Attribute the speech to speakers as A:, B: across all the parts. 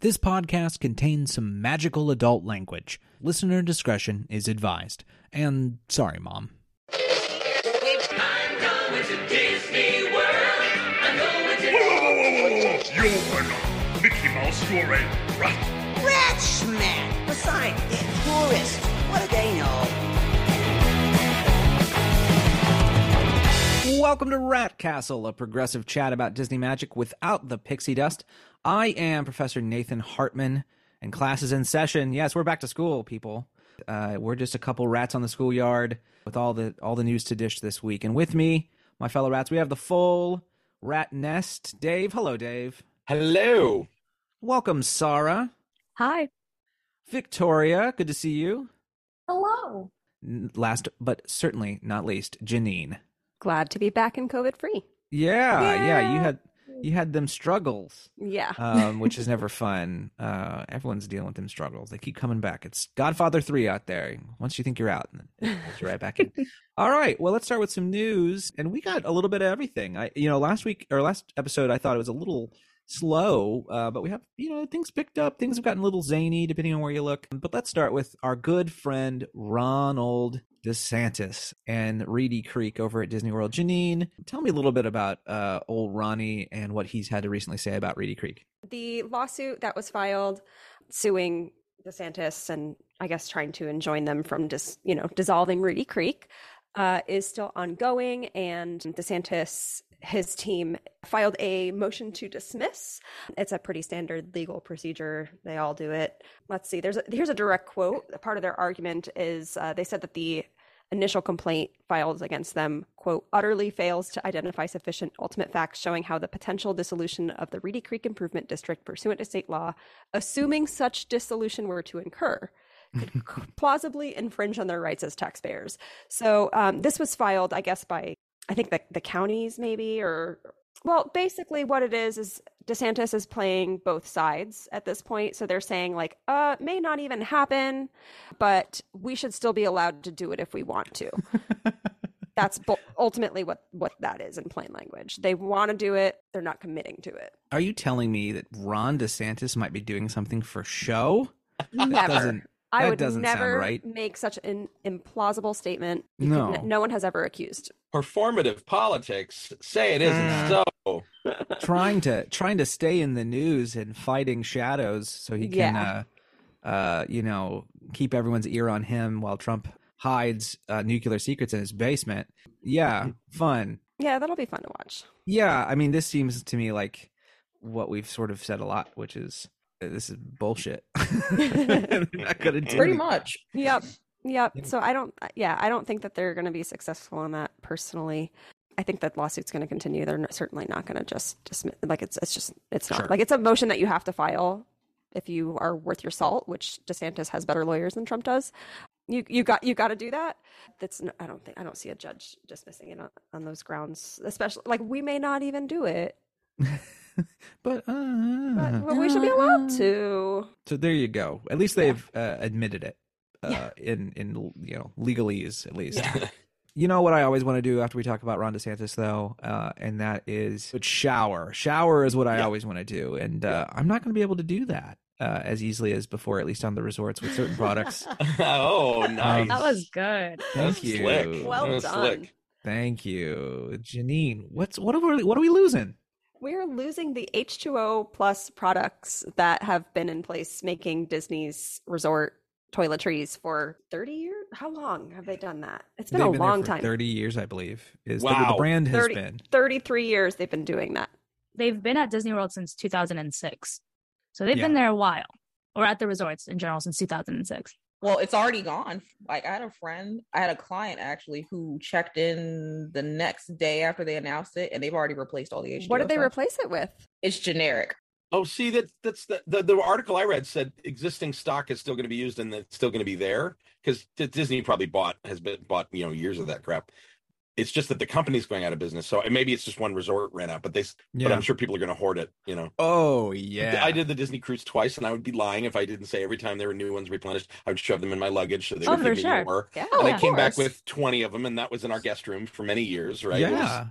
A: This podcast contains some magical adult language. Listener discretion is advised. And sorry, Mom.
B: Whoa, whoa, whoa, whoa, whoa. You are not Mickey Mouse, you are a rat.
C: Rich man! Besides, they're tourists. What do they know?
A: Welcome to Rat Castle, a progressive chat about Disney magic without the pixie dust. I am Professor Nathan Hartman, and class is in session. Yes, we're back to school, people. Uh, we're just a couple rats on the schoolyard with all the all the news to dish this week. And with me, my fellow rats, we have the full rat nest. Dave, hello, Dave.
D: Hello.
A: Welcome, Sarah.
E: Hi.
A: Victoria, good to see you.
E: Hello.
A: N- Last but certainly not least, Janine.
E: Glad to be back and COVID free.
A: Yeah, yeah, you
E: Yay.
A: had you had them struggles.
E: Yeah.
A: um, which is never fun. Uh, everyone's dealing with them struggles. They keep coming back. It's Godfather 3 out there. Once you think you're out, and then it pulls you right back in. All right. Well, let's start with some news. And we got a little bit of everything. I, you know, last week or last episode, I thought it was a little slow, uh, but we have, you know, things picked up. Things have gotten a little zany depending on where you look. But let's start with our good friend, Ronald DeSantis and Reedy Creek over at Disney World. Janine, tell me a little bit about uh, old Ronnie and what he's had to recently say about Reedy Creek.
E: the lawsuit that was filed suing DeSantis and I guess trying to enjoin them from just, you know, dissolving Rudy Creek uh, is still ongoing. And DeSantis, his team filed a motion to dismiss. It's a pretty standard legal procedure. They all do it. Let's see. There's a, here's a direct quote. Part of their argument is uh, they said that the initial complaint filed against them, quote, utterly fails to identify sufficient ultimate facts showing how the potential dissolution of the Reedy Creek Improvement District pursuant to state law, assuming such dissolution were to incur, could c- plausibly infringe on their rights as taxpayers. So um, this was filed, I guess, by I think the, the counties maybe or well, basically what it is is DeSantis is playing both sides at this point. So they're saying like, uh, may not even happen, but we should still be allowed to do it if we want to. That's bu- ultimately what what that is in plain language. They want to do it, they're not committing to it.
A: Are you telling me that Ron DeSantis might be doing something for show? That
E: Never.
A: doesn't.
E: I
A: that
E: would
A: doesn't sound
E: never
A: right.
E: make such an implausible statement. You could
A: No.
E: n- no one has ever accused.
D: Performative politics. Say it isn't
A: Mm.
D: so.
A: trying to trying to stay in the news and fighting shadows so he can,
E: Yeah.
A: uh, uh, you know, keep everyone's ear on him while Trump hides uh, nuclear secrets in his basement. Yeah, fun.
E: Yeah, that'll be fun to watch.
A: Yeah, I mean, this seems to me like what we've sort of said a lot, which is uh, this is bullshit. They're not gonna do
F: pretty
A: anything.
F: much
E: Yep. Yep. So I don't uh, yeah, I don't think that they're going to be successful in that personally. I think that lawsuit's going to continue. They're not, certainly not going to just dismiss like it's it's just it's not.
A: Sure.
E: Like it's a motion that you have to file if you are worth your salt, which DeSantis has better lawyers than Trump does. You you got you got to do that. That's n- I don't think I don't see a judge dismissing it on, on those grounds, especially like we may not even do it,
A: But, uh,
E: but, but we should be allowed to.
A: So there you go. At least
E: Yeah.
A: they've uh, admitted it uh,
E: Yeah.
A: in in you know legalese at least. You know what I always want to do after we talk about Ron DeSantis though, uh, and that is but shower. Shower is what I
D: Yeah.
A: always want to do, and uh, I'm not going to be able to do that uh, as easily as before, at least on the resorts with certain products. Um,
D: oh, nice.
F: that was good
A: Thank
D: That's
A: you.
D: Slick.
E: Well
D: That was
E: done.
D: slick.
A: Thank you, Janine. What's what are we, what are we losing?
E: We're losing the H2O plus products that have been in place making Disney's resort toiletries for 30 years. How long have they done that? It's been
A: They've
E: a
A: there
E: long
A: for
E: time.
A: Thirty years, I believe, is the- the
D: Wow.
A: brand has
E: 30
A: been.
E: 33 years they've been doing that.
F: they've been at disney world since 2006 so they've been
A: Yeah.
F: there a while or at the resorts in general since 2006
G: Well, it's already gone. Like I had a friend, I had a client actually who checked in the next day after they announced it, and they've already replaced all the H.
E: What did they replace it with?
G: It's generic.
D: Oh, see that that's the, the the article I read said existing stock is still going to be used and it's still going to be there because Disney probably bought has been bought you know years of that crap. It's just that the company's going out of business, so maybe it's just one resort ran out, but they s but I'm sure people are going to hoard it. You know,
A: Oh yeah.
D: I did the Disney cruise twice, and I would be lying if I didn't say every time there were new ones replenished, I would shove them in my luggage so they
F: Oh,
D: would
F: for
D: give me
F: sure.
D: more.
E: Yeah.
F: Oh,
D: and
F: yeah.
D: I came back
F: course.
D: with 20 of them, and that was in our guest room for many years, right? It was,
A: Yeah.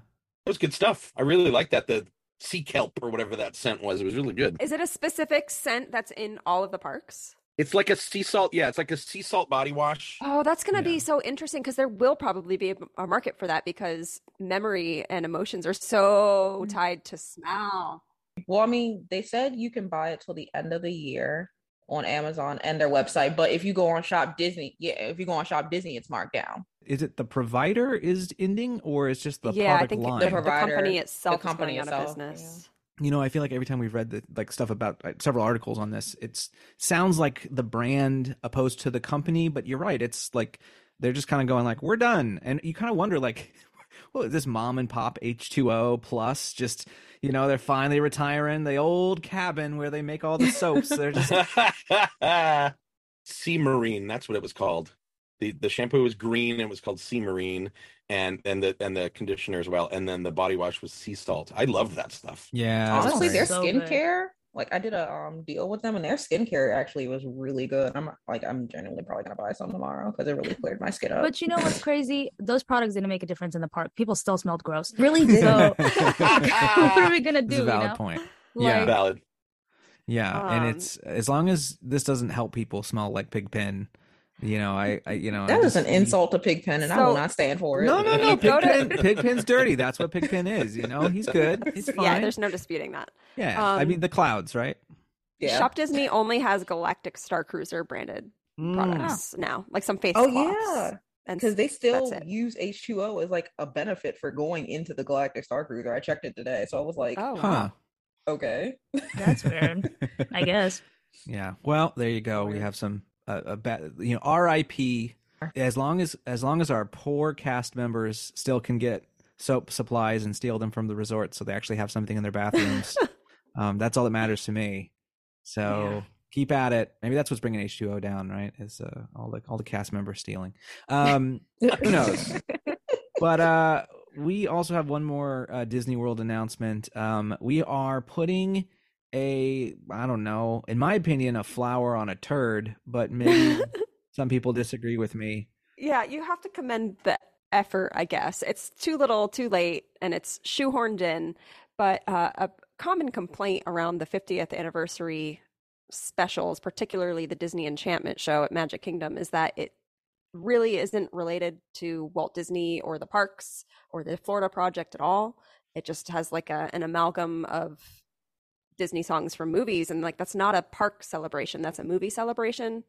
D: it was good stuff. I really like that. The sea kelp or whatever that scent was. It was really good.
E: Is it a specific scent that's in all of the parks?
D: It's like a sea salt. Yeah, it's like a sea salt body wash.
E: Oh, that's going to
A: Yeah.
E: be so interesting because there will probably be a, a market for that because memory and emotions are so tied to smell.
G: Well, I mean, they said you can buy it till the end of the year on Amazon and their website. But if you go on Shop Disney, yeah, if you go on Shop Disney, it's marked down.
A: Is it the provider is ending or is just the
E: yeah, I
A: product
E: think
A: line?
E: the,
G: The provider-
E: company itself
G: company
E: is going out of
G: itself, yeah.
E: business.
A: you know, I feel like every time we've read the like stuff about like, several articles on this, it's sounds like the brand opposed to the company, but you're right. It's like they're just kind of going like, "We're done," and you kind of wonder like, "Well, is this mom and pop H2O plus just you know they're finally retiring the old cabin where they make all the soaps? they're just
D: sea marine. That's what it was called. the The shampoo was green and it was called sea marine, and and the and the conditioner as well. And then the body wash was sea salt. I love that stuff.
A: yeah,
F: That's
G: Honestly,
F: great.
G: their
F: So good.
G: skincare, like I did a um deal with them, and their skincare actually was really good. I'm like, I'm genuinely probably gonna buy some tomorrow because it really cleared my skin up.
F: But you know what's crazy? Those products didn't make a difference in the park. People still smelled gross.
G: really
F: So what are
D: That's
F: we gonna do?
A: It's a
F: you
A: valid
F: know?
A: point.
F: Like,
A: Yeah.
D: valid.
A: Yeah, and
E: Um,
A: it's as long as this doesn't help people smell like pig pen, you know, I, I you know I
G: That is
A: just-
G: an insult to Pigpen, and I
E: So-
G: will not stand for it.
A: No, no, no.
E: You go to-
A: Pigpen, Pigpen's dirty. That's what Pigpen is. You know, he's good. He's fine.
E: Yeah,
A: Yeah,
E: there's no disputing that.
A: I
E: um,
A: mean the clouds, right?
G: Yeah.
E: Shop Disney only has Galactic Star Cruiser branded
A: Mm.
E: products now, like some face
G: oh
E: cloths.
G: yeah,
E: and
G: because they still
E: that's it.
G: use H two O as like a benefit for going into the Galactic Star Cruiser. I checked it today, so I was like,
E: Oh, wow.
A: Mm, Huh.
G: okay.
F: That's weird. I guess.
A: Yeah. Well, there you go. We
G: Weird.
A: have some uh, a bad, you know, R.I.P. As long as as long as our poor cast members still can get soap supplies and steal them from the resort, so they actually have something in their bathrooms. um, that's all that matters to me. So
F: Yeah.
A: keep at it. Maybe that's what's bringing H two O down, right? Is uh, all the all the cast members stealing. Um, Who knows? but uh we also have one more uh, Disney World announcement. Um we are putting a I don't know, in my opinion a flower on a turd, but maybe some people disagree with me.
E: Yeah, you have to commend the effort, I guess. It's too little, too late, and it's shoehorned in. But uh, a common complaint around the 50th anniversary specials, particularly the Disney Enchantment show at Magic Kingdom, is that it really isn't related to Walt Disney or the parks or the Florida project at all. It just has like a, an amalgam of Disney songs from movies. And like, that's not a park celebration, that's a movie celebration.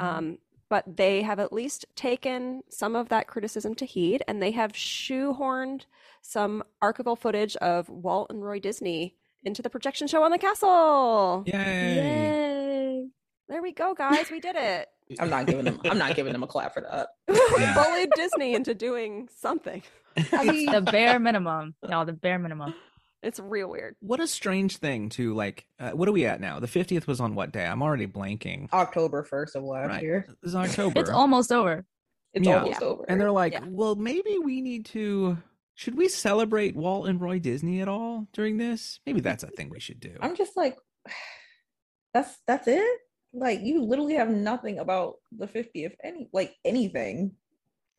E: Um, but they have at least taken some of that criticism to heed and they have shoehorned some archival footage of Walt and Roy Disney into the projection show on the castle.
A: Yay.
F: Yay.
E: There we go, guys. We did it.
G: I'm not giving them. I'm not giving them a clap for that.
E: we
A: Yeah.
E: bullied Disney into doing something.
G: I mean,
F: The bare minimum. No, the bare minimum.
E: It's real weird.
A: What a strange thing to like uh, what are we at now? The 50th was on what day? I'm already blanking.
G: October first of last
A: Right.
G: year.
A: It's October.
F: It's almost over.
G: It's
A: Yeah.
G: almost over.
A: and they're like,
E: Yeah.
A: "Well, maybe we need to should we celebrate Walt and Roy Disney at all during this? Maybe that's a thing we should do."
G: I'm just like, that's that's it. Like you literally have nothing about the 50th any like anything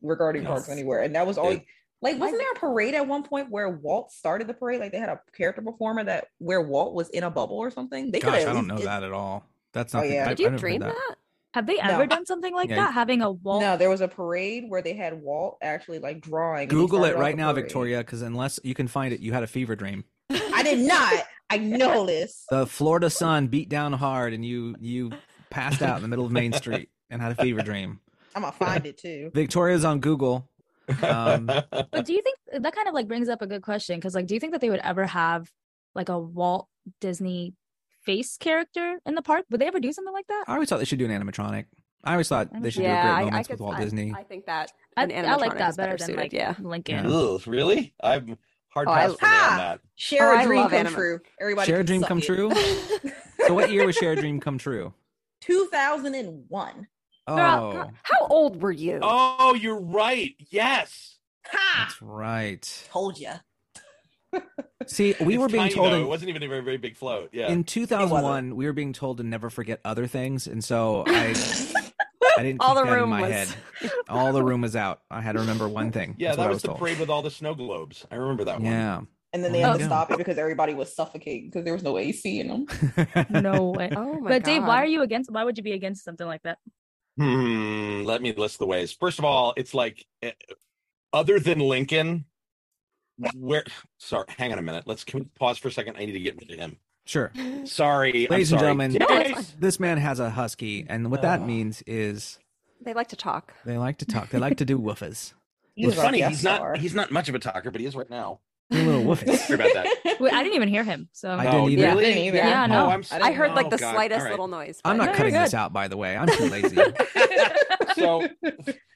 G: regarding
D: No.
G: parks anywhere, and that was all.
D: They-
G: like, wasn't there a parade at one point where Walt started the parade? Like they had a character performer that where Walt was in a bubble or something. They could
A: Gosh,
G: at
A: I don't
G: least
A: know
G: did-
A: that at all. That's
G: Oh,
A: not. I,
G: yeah.
E: Did
A: I've
E: you
A: never heard
E: dream
A: that?
E: that?
F: Have they
G: No.
F: ever done something like
A: Yeah,
F: that? Having a Walt?
G: No, there was a parade where they had Walt actually like drawing. and he
A: Google it
G: started out
A: right
G: the
A: now,
G: parade.
A: Victoria, because unless you can find it, you had a fever dream.
G: I did not. I know this.
A: The Florida sun beat down hard, and you you passed out in the middle of Main Street and had a fever dream.
G: I'm gonna find it too.
A: Victoria's on Google. Um,
F: But do you think uh, that kind of like brings up a good question? Because like, do you think that they would ever have like a Walt Disney face character in the park? Would they ever do something like that?
A: I always thought they should do an animatronic. I always thought they should do a
E: yeah,
A: great
E: I, I
A: moments
E: could.
A: with Walt
E: I,
A: Disney.
E: I think that
F: I,
E: an
F: I like
E: animatronic
F: that
E: is better,
F: better than
E: suited.
F: like
E: yeah.
F: Lincoln.
D: Ugh, really? I'm hard
E: Oh, I-
D: pass for me on that.
G: Share
E: Oh,
G: a
E: I
G: dream
E: love
G: come
E: anime.
G: true. Everybody
A: Share a
G: can
A: dream
G: suck
A: come
G: it.
A: true. so, what year was Share a Dream Come True?
G: 2001.
A: Oh,
E: Girl, girl, how old were you?
D: Oh, you're right. Yes.
G: Ha!
A: that's right.
G: Told ya.
A: See, we
D: It's
A: were being
D: tiny,
A: told
D: though.
A: in-
D: it wasn't even a very very big float. Yeah.
A: in 2001 we were being told to never forget other things and so i i didn't
E: All
A: keep
E: the
A: that in
E: room
A: my
E: was-
A: head all the room was out i had to remember one thing
D: yeah,
A: That's what
D: that
A: I
D: was the
A: told.
D: parade with all the snow globes. I remember that one.
A: yeah
G: and then they
A: Oh,
G: had to
A: no.
G: stop it because everybody was suffocating because there was no AC in them.
F: No way.
E: Oh my
F: but Dave, why are you against? Why would you be against something like that?
D: Hmm, let me list the ways. First of all, it's like eh, other than Lincoln, where sorry, hang on a minute. Let's can we pause for a second? I need to get rid of him.
A: sure.
E: you?
D: Sorry. I'm
A: Ladies and
D: sorry.
A: gentlemen,
E: No, it's
D: Yes!
A: This man has a husky, and what that
G: Ugh.
A: means is
E: They like to talk.
A: they like to talk. They like to do woofers.
G: He
D: It's
G: was our
D: funny,
G: guest
D: he's not
G: star.
D: he's not much of a talker, but he is right now.
A: Do little woofers.
D: Sorry about that.
F: Wait, I didn't even hear him. So
A: I didn't either.
E: Yeah.
G: I didn't either.
F: Yeah, no.
D: Oh, I'm so-
E: I heard like
D: oh,
E: the
D: God.
E: slightest
D: All right.
E: little noise.
A: I'm
E: but-
A: not
F: No,
A: cutting
F: you're
A: this
F: good.
A: out, by the way. I'm too lazy.
D: So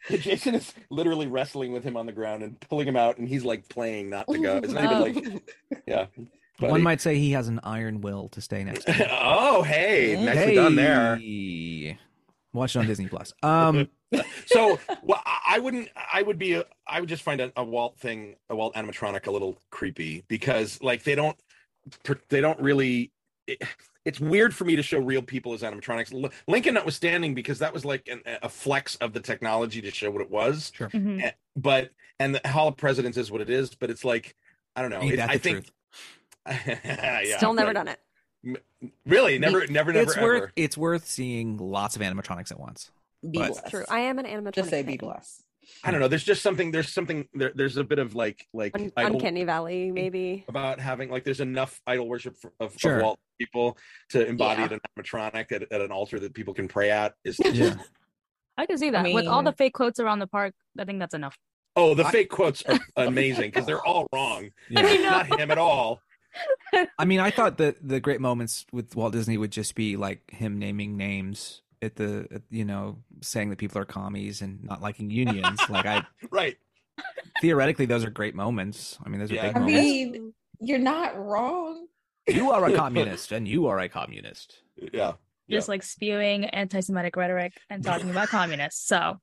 D: Jason is literally wrestling with him on the ground and pulling him out, and he's like playing not to go. It's not
F: Oh.
D: even like, yeah.
A: One
D: buddy.
A: might say he has an iron will to stay next. to me.
D: oh, hey,
G: Mm.
D: nicely done there.
A: Hey. Watch it on Disney Plus. Um,
D: So, well, I- I wouldn't. I would be. A, I would just find a, a Walt thing, a Walt animatronic, a little creepy because, like, they don't. per- They don't really. it- it's weird for me to show real people as animatronics. L- Lincoln, notwithstanding, because that was like an, a flex of the technology to show what it was.
F: Mhm.
D: Eh, But and the Hall of Presidents is what it is. But it's like I don't know.
A: ain't
D: It-
A: that
D: I
A: the
D: think
A: truth?
D: Yeah,
E: Still never
D: right.
E: done it.
D: Really, never, never, never.
A: It's
D: ever.
A: worth it's worth seeing lots of animatronics at once.
G: Be
A: But-
G: blessed.
E: True. I am an animatronic.
G: Just say be
E: fan.
G: blessed.
D: I don't know. There's just something. There's something. There, there's a bit of like, like
E: Un-
D: idol-
E: Uncanny Valley, maybe.
D: about having like there's enough idol worship for, of,
A: Sure.
D: of Walt people to embody
G: Yeah.
D: an animatronic at, at an altar that people can pray at. Is
A: Yeah.
F: I can see that. With all
G: mean-
F: the fake quotes around the park, I think that's enough.
D: oh, the fake quotes are amazing because they're all wrong.
A: Yeah.
D: Not him at all.
A: I mean, I thought the the great moments with Walt Disney would just be like him naming names at the at, you know saying that people are commies and not liking unions. like I
D: Right.
A: theoretically, those are great moments. I mean, those are
D: Yeah.
A: big
G: I
A: moments.
G: mean, you're not wrong.
A: you are a communist, and you are a communist.
D: Yeah.
F: Just like spewing anti-Semitic rhetoric and talking about communists. So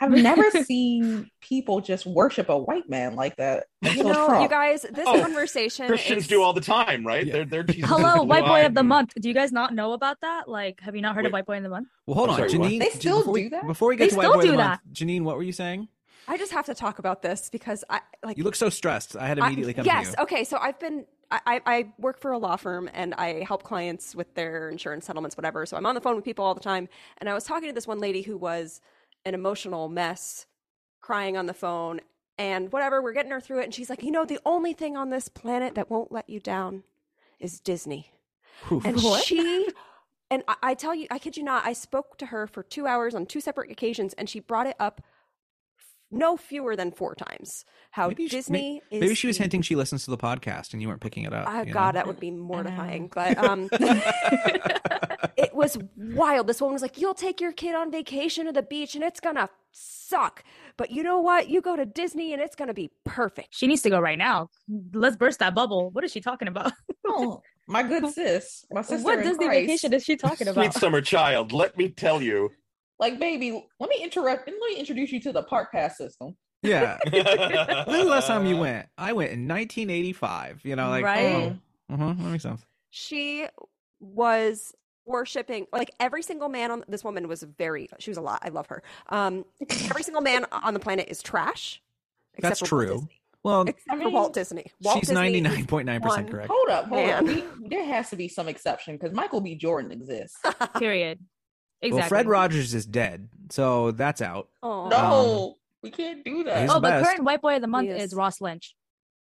G: I've never seen people just worship a white man like that.
E: You
G: until
E: know, you
G: Trump.
E: guys, this
D: Oh,
E: conversation.
D: Christians
E: is-
D: do all the time, right?
A: Yeah.
D: They're they're Jesus is
F: hello,
D: blue
F: white boy
D: eyed
F: of the
D: and-
F: month. Do you guys not know about that? Like, have you not heard of
D: Wait.
F: white boy in the month?
A: Well, hold
D: I'm
A: on,
D: sorry, what?
A: Janine.
G: They
A: Jan-
G: still
A: before we,
G: do that?
A: Before we get
F: They
A: to White
F: still
A: Boy of
F: do
A: the Month, Janine, what were you saying?
E: I just have to talk about this because I like.
A: You look so stressed. I had
E: I-
A: immediately come
E: yes.
A: to you.
E: Okay. So I've been. I, I I work for a law firm and I help clients with their insurance settlements, whatever. So I'm on the phone with people all the time. And I was talking to this one lady who was an emotional mess, crying on the phone, and whatever. We're getting her through it, and she's like, "You know, the only thing on this planet that won't let you down is Disney."
A: Whew.
E: And
F: What?
E: she, and I, I tell you, I kid you not, I spoke to her for two hours on two separate occasions, and she brought it up no fewer than four times. How
A: Maybe she- may-
E: Disney is.
A: Maybe she was
E: the-
A: hinting she listens to the podcast, and you weren't picking it up.
E: Oh,
A: you know?
E: God, that would be mortifying. But um, it was wild. This woman was like, You'll take your kid on vacation to the beach and it's going to suck. But you know what? You go to Disney and it's going to be perfect.
F: She needs to go right now. Let's burst that bubble. What is she talking about?
G: Oh, my good sis, my sister
F: what
G: in
F: Disney
G: Christ.
F: vacation is she talking
D: Sweet
F: about?
D: summer child, let me tell you.
G: Like, baby, let me interrupt and let me introduce you to the park pass system.
A: yeah. When
D: when
A: was the last time you
D: Uh.
A: went? I went in 1985. You know, like
F: Right?
G: Um,
A: Oh, uh-huh, that makes sense.
E: she was worshiping like every single man on this woman was very she was a lot i love her um every single man on the planet is trash
A: That's
E: for Walt
A: true.
E: Disney.
A: Well,
E: except
G: I
E: for walt
G: mean,
E: disney walt
A: she's
E: Disney is
A: 99.9 percent
E: one.
A: correct.
G: Hold up, hold
E: Man.
G: up. We- there has to be some exception because Michael B. Jordan exists.
F: Period. Exactly.
A: Well, Fred Rogers is dead, so that's out.
E: Aw.
G: No,
A: Um,
G: we can't do that.
A: he's
F: Oh,
A: the
F: but
A: best.
F: current white boy of the month
E: Yes.
F: is Ross Lynch.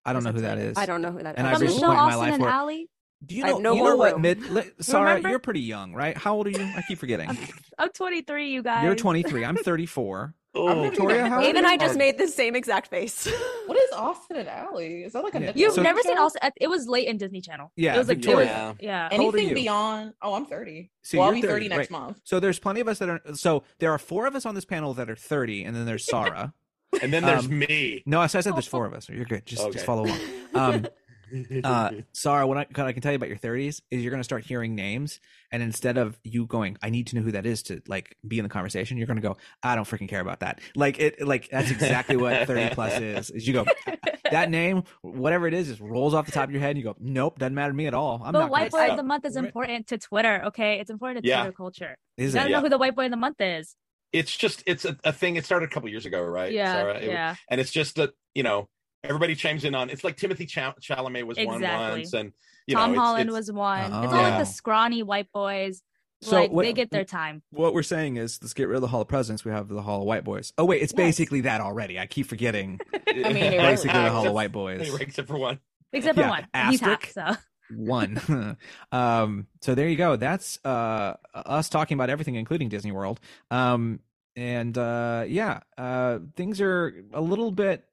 A: I don't know who that is.
E: i don't know who that is
A: And I
F: From
A: reached a
F: the show
A: point in my
F: Austin
A: life
F: and
A: where-
F: Alley.
A: Do you
E: I
A: know?
E: have no
A: you know what?
E: clue.
A: Mid, li- Sarah,
F: Remember?
A: you're pretty young, right? How old are you? I keep forgetting.
F: I'm 23, you guys.
A: You're 23. I'm 34.
G: I'm
D: Oh,
G: gonna be
A: Victoria,
G: the-
A: how-
E: even i just made the same exact face
G: What is Austin and Alley? Is that like a
A: Yeah.
G: Nickelodeon
F: You've
A: So-
F: never seen
G: show?
F: Austin. It was late in Disney Channel.
A: Yeah,
F: It was like, it was-
A: Victoria.
F: yeah.
D: Yeah.
A: How old are
G: Anything
A: you?
G: beyond? Oh, I'm 30.
A: So
G: well,
A: you're
G: I'll be 30,
A: 30, right.
G: next month.
A: So there's plenty of us that are. So there are four of us on this panel that are 30, and then there's Sarah.
D: And then there's
A: Um,
D: me.
A: no, I said I said there's
E: Oh.
A: four of us. You're good. Just
D: Okay.
A: just follow along. Um, uh, Sarah, what I, what I can tell you about your 30s is you're going to start hearing names, and instead of you going, "I need to know who that is" to like be in the conversation, you're going to go, "I don't freaking care about that." Like it, like that's exactly what 30 plus is. Is you go that name, whatever it is, just rolls off the top of your head, and you go, "Nope, doesn't matter to me at all." I'm
F: But
A: not.
F: white
A: White
F: boy of the month is
A: Right.
F: important to Twitter. Okay, it's important to
D: Yeah.
F: Twitter culture.
A: is
F: You gotta
A: it?
D: Yeah.
F: know who the white boy of the month is.
D: it's just it's a, a thing. It started a couple years ago, right?
F: yeah,
D: Sarah? It-
F: yeah.
D: and it's just that you know everybody chimes in on. It's like Timothy Ch- Chalamet was one
F: Exactly.
D: once, and you
F: Tom
D: know, it's-
F: Holland
D: it's-
F: was one. it's
A: Oh.
F: all
D: Yeah.
F: like the scrawny white boys.
A: So
F: like
A: what-
F: they get their time.
A: What we're saying is, let's get rid of the Hall of Presidents. We have the Hall of White Boys. Oh wait, it's
F: Yes.
A: basically that already. I keep forgetting.
G: I mean, it
A: Basically, the Hall
G: really-
A: of
D: Except-
A: White Boys.
D: anyway, except for one.
F: Except
A: Yeah,
F: for one. He's half,
A: asterisk.
F: so
A: one um so there you go that's uh us talking about everything including disney world um and uh yeah uh things are a little bit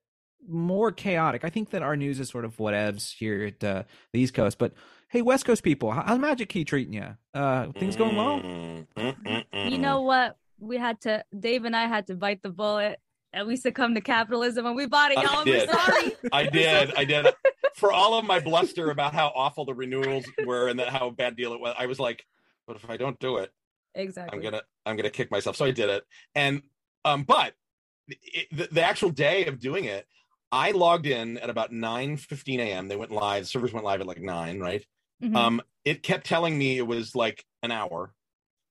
A: more chaotic i think that our news is sort of whatevs here at uh, the east coast but hey west coast people how- how's magic key treating you uh things going well
D: Mm, mm, mm, mm.
F: you know what? We had to Dave and I had to bite the bullet and we succumbed to capitalism and we bought it,
D: I
F: y'all. and We're
D: did.
F: sorry.
D: I did. I did. For all of my bluster about how awful the renewals were and that how bad deal it was, I was like, "But if I don't do it,
F: exactly.
D: I'm gonna I'm gonna kick myself." So I did it, and um, but it, the, the actual day of doing it, I logged in at about nine fifteen a.m. They went live. Servers went live at like nine, right?
F: Mhm.
D: Um, it kept telling me it was like an hour,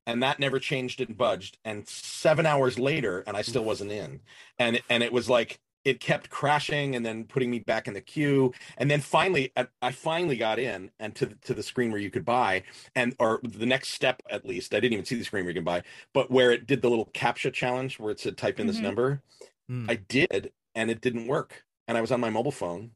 D: and that never changed and budged. And seven hours later, and I still wasn't in. And and it was like it kept crashing and then putting me back in the queue. And then finally, I, I finally got in and to to the screen where you could buy and or the next step at least. I didn't even see the screen where you can buy, but where it did the little captcha challenge where it said type in this
F: Mhm.
D: number.
A: Mm.
D: I did, and it didn't work. And I was on my mobile phone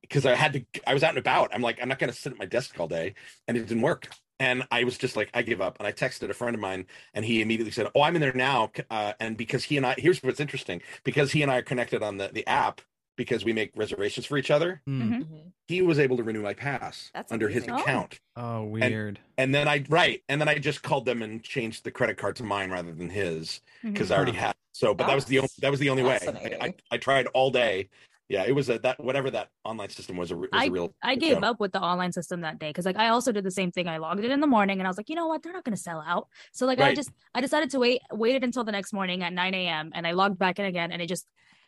D: because I had to. I was out and about. I'm like, I'm not going to sit at my desk all day, and it didn't work. And I was just like, I give up. And I texted a friend of mine, and he immediately said, "Oh, I'm in there now." Uh, and because he and I, here's what's interesting: because he and I are connected on the the app because we make reservations for each other,
A: Mm.
F: Mm-hmm.
G: Mhm.
D: he was able to renew my pass
E: That's
D: under his
E: amazing.
F: Oh.
D: account
A: oh weird
D: and then I right, and then I just called them and changed the credit card to mine rather than his
F: Mm-hmm.
D: because I already had. So, but that was the only that was the only way. I, I,
G: Fascinating.
D: I tried all day. Yeah, it was a that whatever that online system was a, re- was a real.
F: I
D: good
F: gave
D: job.
F: up with the online system that day because like I also did the same thing. I logged in in the morning and I was like, you know what, they're not going to sell out. So like I
D: Right.
F: just I decided to wait, waited until the next morning at 9 a.m. and I logged back in again and it just,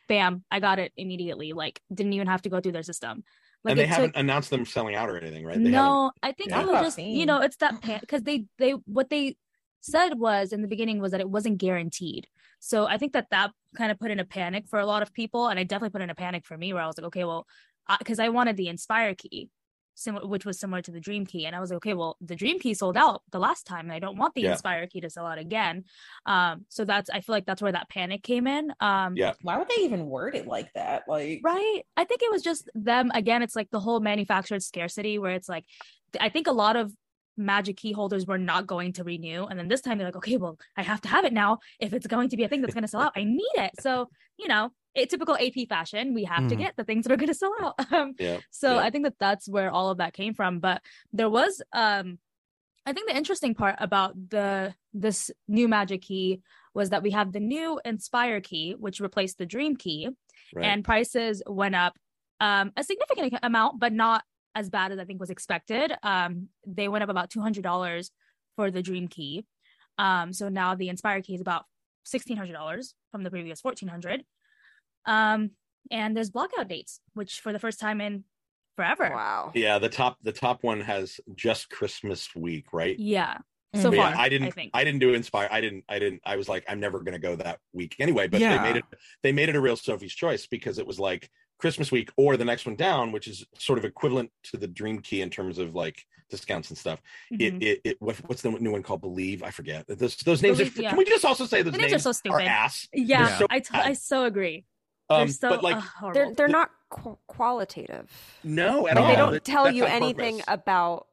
F: bam, I got it immediately. Like didn't even have to go through their system. Like
D: and they
F: it
D: haven't
F: took.
D: announced them selling out or anything, right? They haven't-
F: No, I think
D: Yeah.
F: it was
G: I've
F: just you
G: seen.
F: know it's that because they they what they said was in the beginning was that it wasn't guaranteed. So I think that that kind of put in a panic for a lot of people, and it definitely put in a panic for me where I was like, okay, well, because I wanted the Inspire key, similar which was similar to the Dream key, and I was like, okay, well, the Dream key sold out the last time, and I don't want the
D: Yeah.
F: Inspire key to sell out again. Um, so that's I feel like that's where that panic came in. Um,
D: Yeah.
G: Why would they even word it like that? Like,
F: Right. I think it was just them again. It's like the whole manufactured scarcity where it's like, th- I think a lot of magic key holders were not going to renew. And then this time they're like, okay, well, I have to have it now. If it's going to be a thing that's going to sell out, I need it. So, you know, it, typical AP fashion, we have to
A: Mhm.
F: get the things that are going to sell out. Um,
D: Yeah,
F: so
D: yeah.
F: I think that that's where all of that came from. But there was, um, I think the interesting part about the this new magic key was that we have the new Inspire key, which replaced the Dream key
D: right.
F: and prices went up um, a significant ac- amount, but not as bad as I think was expected. Um, they went up about two hundred dollars for the Dream Key. Um, so now the Inspire Key is about sixteen hundred dollars from the previous fourteen hundred. Um, and there's blockout dates, which for the first time in forever.
E: Wow.
D: yeah, the top the top one has just Christmas week, right?
F: Yeah.
G: Mm.
F: So
D: But
G: But
F: far,
D: yeah, I didn't.
F: I
D: I,
F: think.
D: didn't do inspire. I didn't. I didn't. I was like, I'm never going to go that week anyway. But
A: Yeah.
D: they made it. They made it a real Sophie's choice because it was like Christmas week or the next one down, which is sort of equivalent to the Dream Key in terms of like discounts and stuff.
F: Mhm.
D: It, it, it. What, what's the new one called? Believe. I forget. Those those names.
F: Believe,
D: are,
F: yeah.
D: Can we just also say those
F: The
D: names,
F: names are so
D: are
F: stupid.
D: ass?
F: yeah,
A: they're
D: so
F: I t- I so agree.
D: Um,
F: they're so
D: but like,
F: ugh, horrible.
E: They're, they're not qu- qualitative.
D: no, at
A: Like, they
D: all.
E: They
A: Oh,
E: don't
D: That-
E: tell
D: that's
E: you
D: on
E: anything
D: purpose.
E: about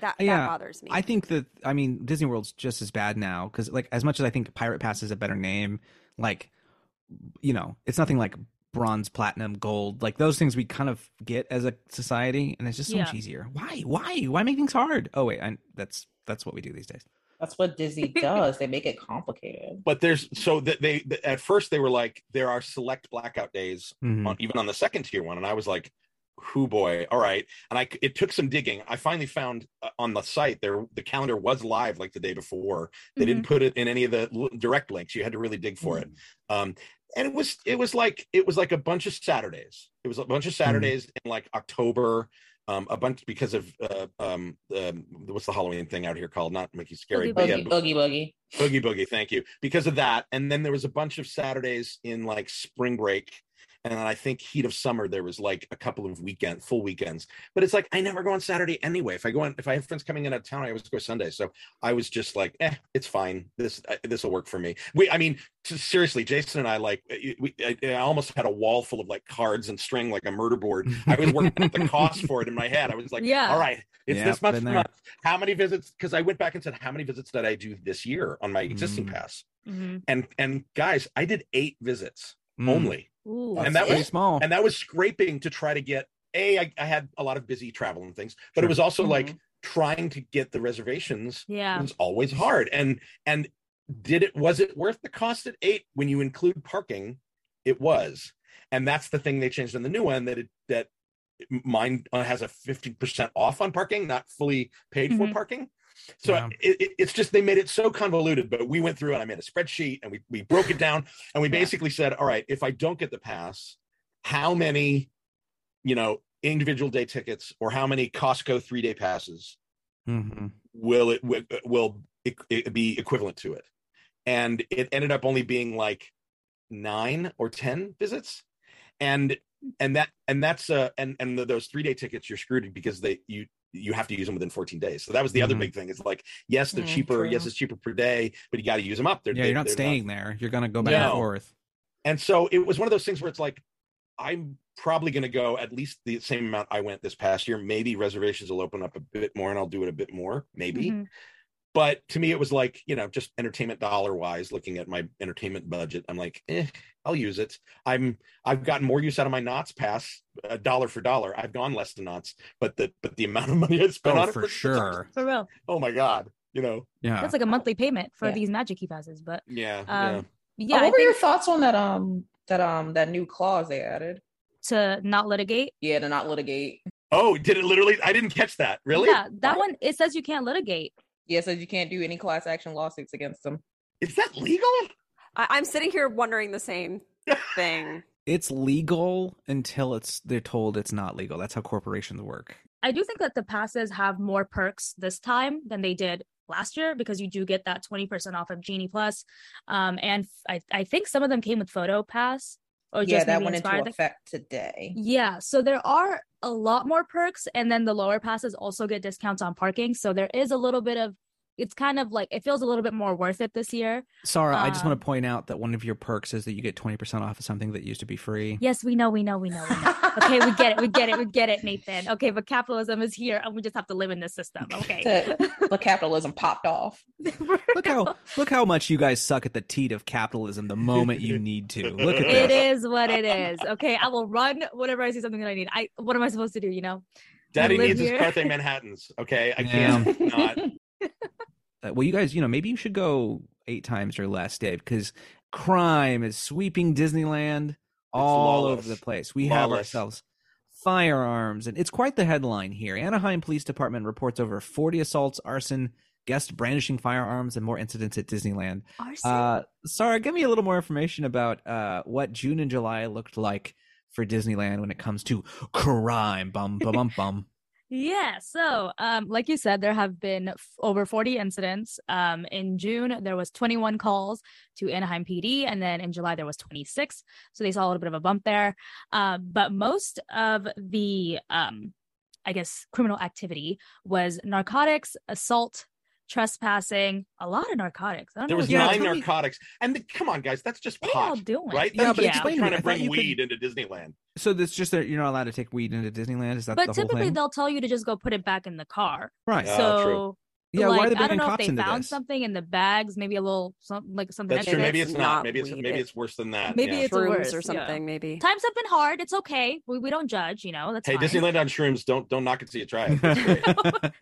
E: that.
A: Yeah,
E: That bothers me.
A: I think that I mean Disney World's just as bad now because like as much as I think Pirate Pass is a better name, like you know it's nothing like bronze, platinum, gold, like those things we kind of get as a society, and it's just so much
F: Yeah.
A: easier. Why? Why? Why make things hard? Oh wait, I, that's that's what we do these days.
G: that's what Disney does. they make it complicated.
D: But there's so that they th- at first they were like there are select blackout days
E: Hmm.
A: Mhm.
D: on, even on the second tier one and i was like who boy all right and i it took some digging i finally found uh, on the site there the calendar was live like the day before they
F: Mhm.
D: didn't put it in any of the l- direct links you had to really dig
E: Hmm.
D: for it um and it was it was like it was like a bunch of saturdays it was a bunch of saturdays in like october um a bunch because of uh, um um, what's the halloween thing out here called not mickey scary
F: Boogie
D: but yeah
G: Boogie, boogie, boogie.
D: Boogie Boogie, thank you. Because of that, and then there was a bunch of Saturdays in like spring break, and then I think heat of summer there was like a couple of weekend full weekends. But it's like I never go on Saturday anyway. If I go on, if I have friends coming in out of town, I always go Sunday. So I was just like, eh, it's fine. This this will work for me. We, I mean, t- seriously, Jason and I like eh, we, I, I almost had a wall full of like cards and string, like a murder board. I was working out the cost for it in my head. I was like,
F: Yeah.
D: all right, it's
A: Yeah,
D: this much
A: been
D: per
A: there.
D: month. How many visits? Because I went back and said, how many visits did I do this year on my existing
A: Mm.
D: pass?
F: Mhm.
D: And and guys, I did eight visits
A: Mm.
D: only,
F: Mm-hmm. Ooh.
A: That's
D: And that
A: pretty
D: was-
A: small.
D: and that was scraping to try to get a. I, I had a lot of busy travel and things, but it
A: Sure.
D: was also like
G: Mhm.
D: trying to get the reservations
F: Yeah.
D: it's always hard and and did it was it worth the cost at eight when you include parking it was and that's the thing they changed in the new one that it that mine uh, has a 50% off on parking not fully paid for
F: Mhm.
D: parking so
A: Yeah.
D: it, it, it's just they made it so convoluted but we went through and i made a spreadsheet and we, we broke it down and we
F: Yeah.
D: basically said all right if i don't get the pass how many you know individual day tickets or how many costco three day passes
A: Mhm.
D: will it wi- will it, it be equivalent to it and it ended up only being like nine or ten visits and and that and that's uh and and th- those three day tickets you're screwed because they you you have to use them within 14 days so that was the other
A: Mhm.
D: big thing it's like yes they're
G: Mm,
D: cheaper
G: true.
D: yes it's cheaper per day but you got to use them up they're,
A: Mm-hmm. Yeah,
D: they-
A: you're not
D: they're
A: staying there. You're gonna go back and
D: No.
A: forth.
D: and so it was one of those things where it's like i'm probably going to go at least the same amount i went this past year maybe reservations will open up a bit more and i'll do it a bit more maybe
A: Mm-hmm.
F: Mhm.
D: but to me it was like you know just entertainment dollar wise looking at my entertainment budget i'm like eh, i'll use it i'm i've gotten more use out of my knots pass uh, dollar for dollar i've gone less to knots but the but the amount of money i spent on
A: Oh,
D: it
A: for sure.
F: For real.
D: oh my god you know
A: Yeah.
F: That's like a monthly payment for
G: Yeah.
F: these magic key passes. But
D: yeah yeah.
F: um yeah,
G: Yeah,
F: I
G: what were your
F: think
G: thoughts on that um that um that new clause they added?
F: to not litigate.
G: Yeah, to not litigate.
D: oh did it literally i didn't catch that really
F: Yeah, that one it says you can't litigate.
G: Yeah, says you can't do any class action lawsuits against them.
D: is that legal
E: I- I'm sitting here wondering the same thing.
A: It's legal until it's they're told it's not legal. That's how corporations work.
F: I do think that the passes have more perks this time than they did last year because you do get that 20% off of Genie Plus. Um, and I, I think some of them came with Photo Pass or
G: yeah,
F: Oh, just
G: that
F: maybe
G: went into
F: Inspire that-
G: effect today.
F: Yeah, so there are a lot more perks, and then the lower passes also get discounts on parking. So there is a little bit of it's kind of like it feels a little bit more worth it this year.
A: Sarah, I just want
F: Um,
A: to point out that one of your perks is that you get twenty percent off of something that used to be free.
F: Yes, we know, we know, we know. We know. Okay, we get it, we get it, we get it, Nathan. Okay, but capitalism is here, and we just have to live in this system. Okay,
G: That- but capitalism popped off.
A: Look how look how much you guys suck at the teat of capitalism the moment you need to. Look at
F: it
A: this.
F: is what it is. Okay, I will run whenever I see something that I need. I what am I supposed to do? You know?
D: daddy
F: live
D: needs
F: here.
D: his carthay manhattans okay i
A: Yeah.
D: can't not
A: Uh, well, you guys, you know, maybe you should go eight times your last day because crime is sweeping Disneyland all
D: lawless.
A: over the place. We have
D: Lawless.
A: ourselves firearms, and it's quite the headline here. Anaheim Police Department reports over 40 assaults, arson, guest brandishing firearms, and more incidents at Disneyland. Uh, Sarah, give me a little more information about uh, what June and July looked like for Disneyland when it comes to crime. Bum, bum, bum, bum.
F: Yeah. So, um, like you said, there have been f- over 40 incidents. Um, in June, there was 21 calls to Anaheim PD, and then in July there was 26. So they saw a little bit of a bump there. Um, but most of the, um, I guess, criminal activity was narcotics, assault, trespassing, a lot of narcotics. I don't
D: there
F: know
D: was
F: what they're-
A: Yeah,
D: nine
A: tell me-
D: narcotics and the, come on guys that's just
F: what are y'all
D: pot
F: doing.
D: right
A: Yeah,
D: That's
A: but
D: just
A: explain to me,
D: trying
A: I thought
D: to bring
A: you could-
D: weed into disneyland
A: So it's just that you're not allowed to take weed into Disneyland. Is that the
F: But
A: whole thing?
F: typically they'll tell you to just go put it back in the car.
A: right.
D: Yeah,
F: so.
D: Ah, true.
A: Yeah,
F: like,
A: why are they
F: I don't
A: bringing
F: know
A: cops
F: if they
A: into
F: found
A: this?
F: something in the bags, maybe a little something like something
D: That's
F: extra.
D: true. Maybe
E: It's
D: it's not.
E: not
D: Maybe it's
E: weed.
D: maybe
E: It-
D: it's worse than that.
F: Maybe
D: yeah.
F: it's
E: Shrooms
F: worse,
E: or something, maybe.
F: Times have been hard. It's okay. We we don't judge, you know. That's
D: hey,
F: fine.
D: Disneyland on shrooms. Don't don't knock it till you try it. That's great.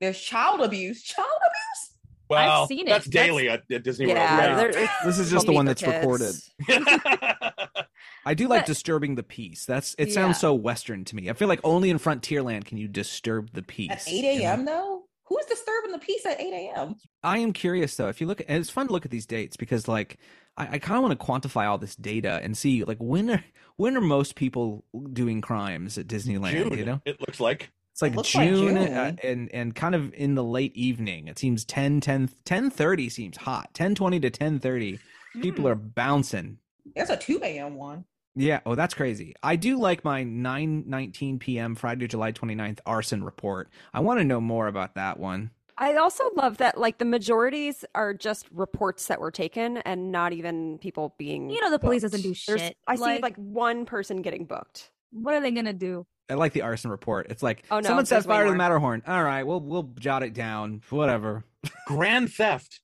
G: There's child abuse. Child abuse.
D: well,
F: seen it.
D: that's daily at, at Disney
E: yeah,
D: World.
E: there- it's
A: This is just
E: gonna
A: the
E: be
A: one
E: for
A: that's recorded.
E: kids.
D: Yeah.
A: I do like
F: But-
A: disturbing the peace. That's it.
F: Yeah.
A: Sounds so Western to me. I feel like only in Frontierland can you disturb the peace.
G: At
A: you
G: 8
A: know?
G: a.m. though? Who's disturbing the peace at 8 a.m.?
A: I am curious though. If you look, and it's fun to look at these dates because like I, I kind of want to quantify all this data and see like when are when are most people doing crimes at Disneyland?
D: June.
A: You know,
D: It looks like.
A: it's like
G: looks like
A: June,
G: June.
A: Uh, and and kind of in the late evening. It seems 10, 10, 10.30
G: Hmm.
A: seems hot. Ten twenty to ten thirty. People are bouncing.
G: There's a 2 a.m. one.
A: Yeah. Oh, that's crazy. I do like my 9 19 p.m. Friday, July 29th arson report. I want to know more about that one.
E: I also love that like the majorities are just reports that were taken and not even people being
F: You know, the police doesn't do
E: booked. There's-
F: shit.
E: I see like one person getting booked.
F: what are they gonna do?
A: I like the arson report. It's like
E: Oh, no,
A: someone set
E: there's way
A: fire to the
E: more.
A: Matterhorn. All right, we'll we'll jot it down. Whatever.
D: Grand theft,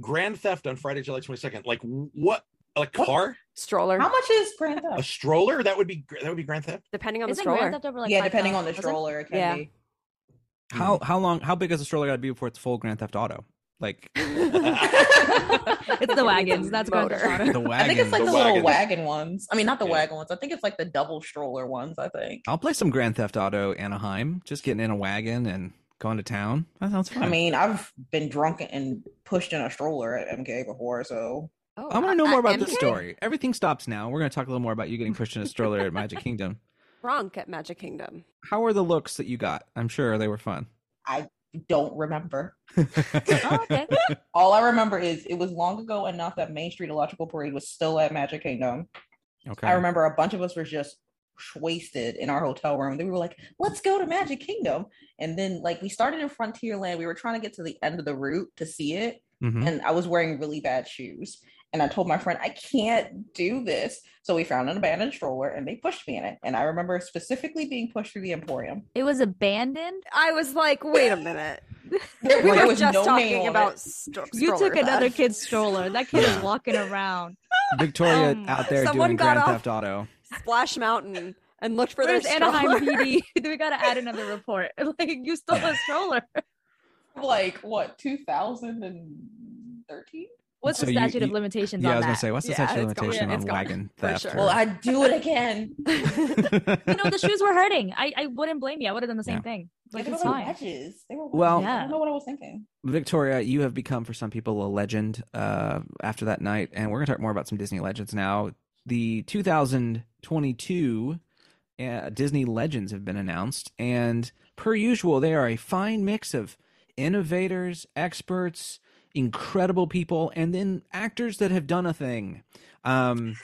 D: grand theft on Friday, July twenty second. Like what? A car,
E: Stroller,
G: How much is Grand
D: a
G: Theft?
D: stroller? That would be that would be grand theft.
E: depending on the
F: Isn't
E: stroller.
F: Grand Theft over like
G: yeah, depending on the
F: 5,000, wasn't
G: stroller, it can
E: Yeah.
G: be.
E: Hmm.
A: How how long? How big is the stroller got to be before it's full Grand Theft Auto? Like
F: it? It's the wagons. That's Grand Theft
E: Motor.
F: Auto.
A: the wagon.
G: I think it's like
D: The
G: the, little
D: wagons.
G: wagon ones. I mean, not the
D: Yeah.
G: wagon ones. I think it's like the double stroller ones. I think.
A: I'll play some Grand Theft Auto Anaheim. Just getting in a wagon and going to town. That sounds fun.
G: I mean, I've been drunk and pushed in a stroller at MK before, so
E: Oh,
A: I want to know more
E: uh,
A: about
E: and
A: this story. Everything stops now. We're going to talk a little more about you getting pushed in a stroller at Magic Kingdom.
E: Drunk at Magic Kingdom.
A: How are the looks that you got? I'm sure they were fun.
G: don't remember.
E: Um,
F: Oh, okay.
G: All I remember is it was long ago enough that Main Street Electrical Parade was still at Magic Kingdom.
A: Okay.
G: I remember a bunch of us were just wasted in our hotel room. Then we were like, let's go to Magic Kingdom. And then like we started in Frontierland. We were trying to get to the end of the route to see it.
A: Mhm.
G: And I was wearing really bad shoes. And I told my friend, I can't do this. So we found an abandoned stroller and they pushed me in it. And I remember specifically being pushed through the Emporium.
F: It was abandoned.
E: I I was like, wait a minute.
G: There
E: we
G: there
E: were
G: was
E: just
G: no name
E: talking
G: on it.
E: about stro-
F: You
E: stroller
F: took another
E: theft.
F: kid's stroller. That kid
A: Yeah.
F: is walking around.
A: Victoria
F: Um,
A: out there
E: someone
A: doing
E: got
A: Grand
E: off-
A: Theft Auto.
E: Splash Mountain and looked for
F: Where's
E: their stroller.
F: Anaheim PD? we gotta add another report. Like you stole a stroller.
G: Like what, 2013?
F: What's
A: So
F: the
A: you-
F: statute of
A: you-
F: limitations
A: Yeah, I
F: on
A: was gonna
F: that?
A: say, what's the
E: Yeah,
A: statute of
E: it's gone.
A: limitation
E: Yeah,
A: on
E: it's gone,
A: wagon
E: for
A: theft?
E: sure.
A: or-
G: Well, I do it again.
F: you know, the shoes were hurting. I, I wouldn't blame you. I would have done the same
A: Yeah.
F: thing.
G: Like,
F: Like
G: they were
F: it's
G: like
F: fine.
G: wedges. They were wedges.
A: Well-
G: I
F: Yeah.
G: don't know what I was thinking.
A: Victoria, you have become for some people a legend uh, after that night, and we're gonna talk more about some Disney legends now. The 2022 uh, Disney legends have been announced, and per usual, they are a fine mix of innovators, experts, incredible people, and then actors that have done a thing. Um,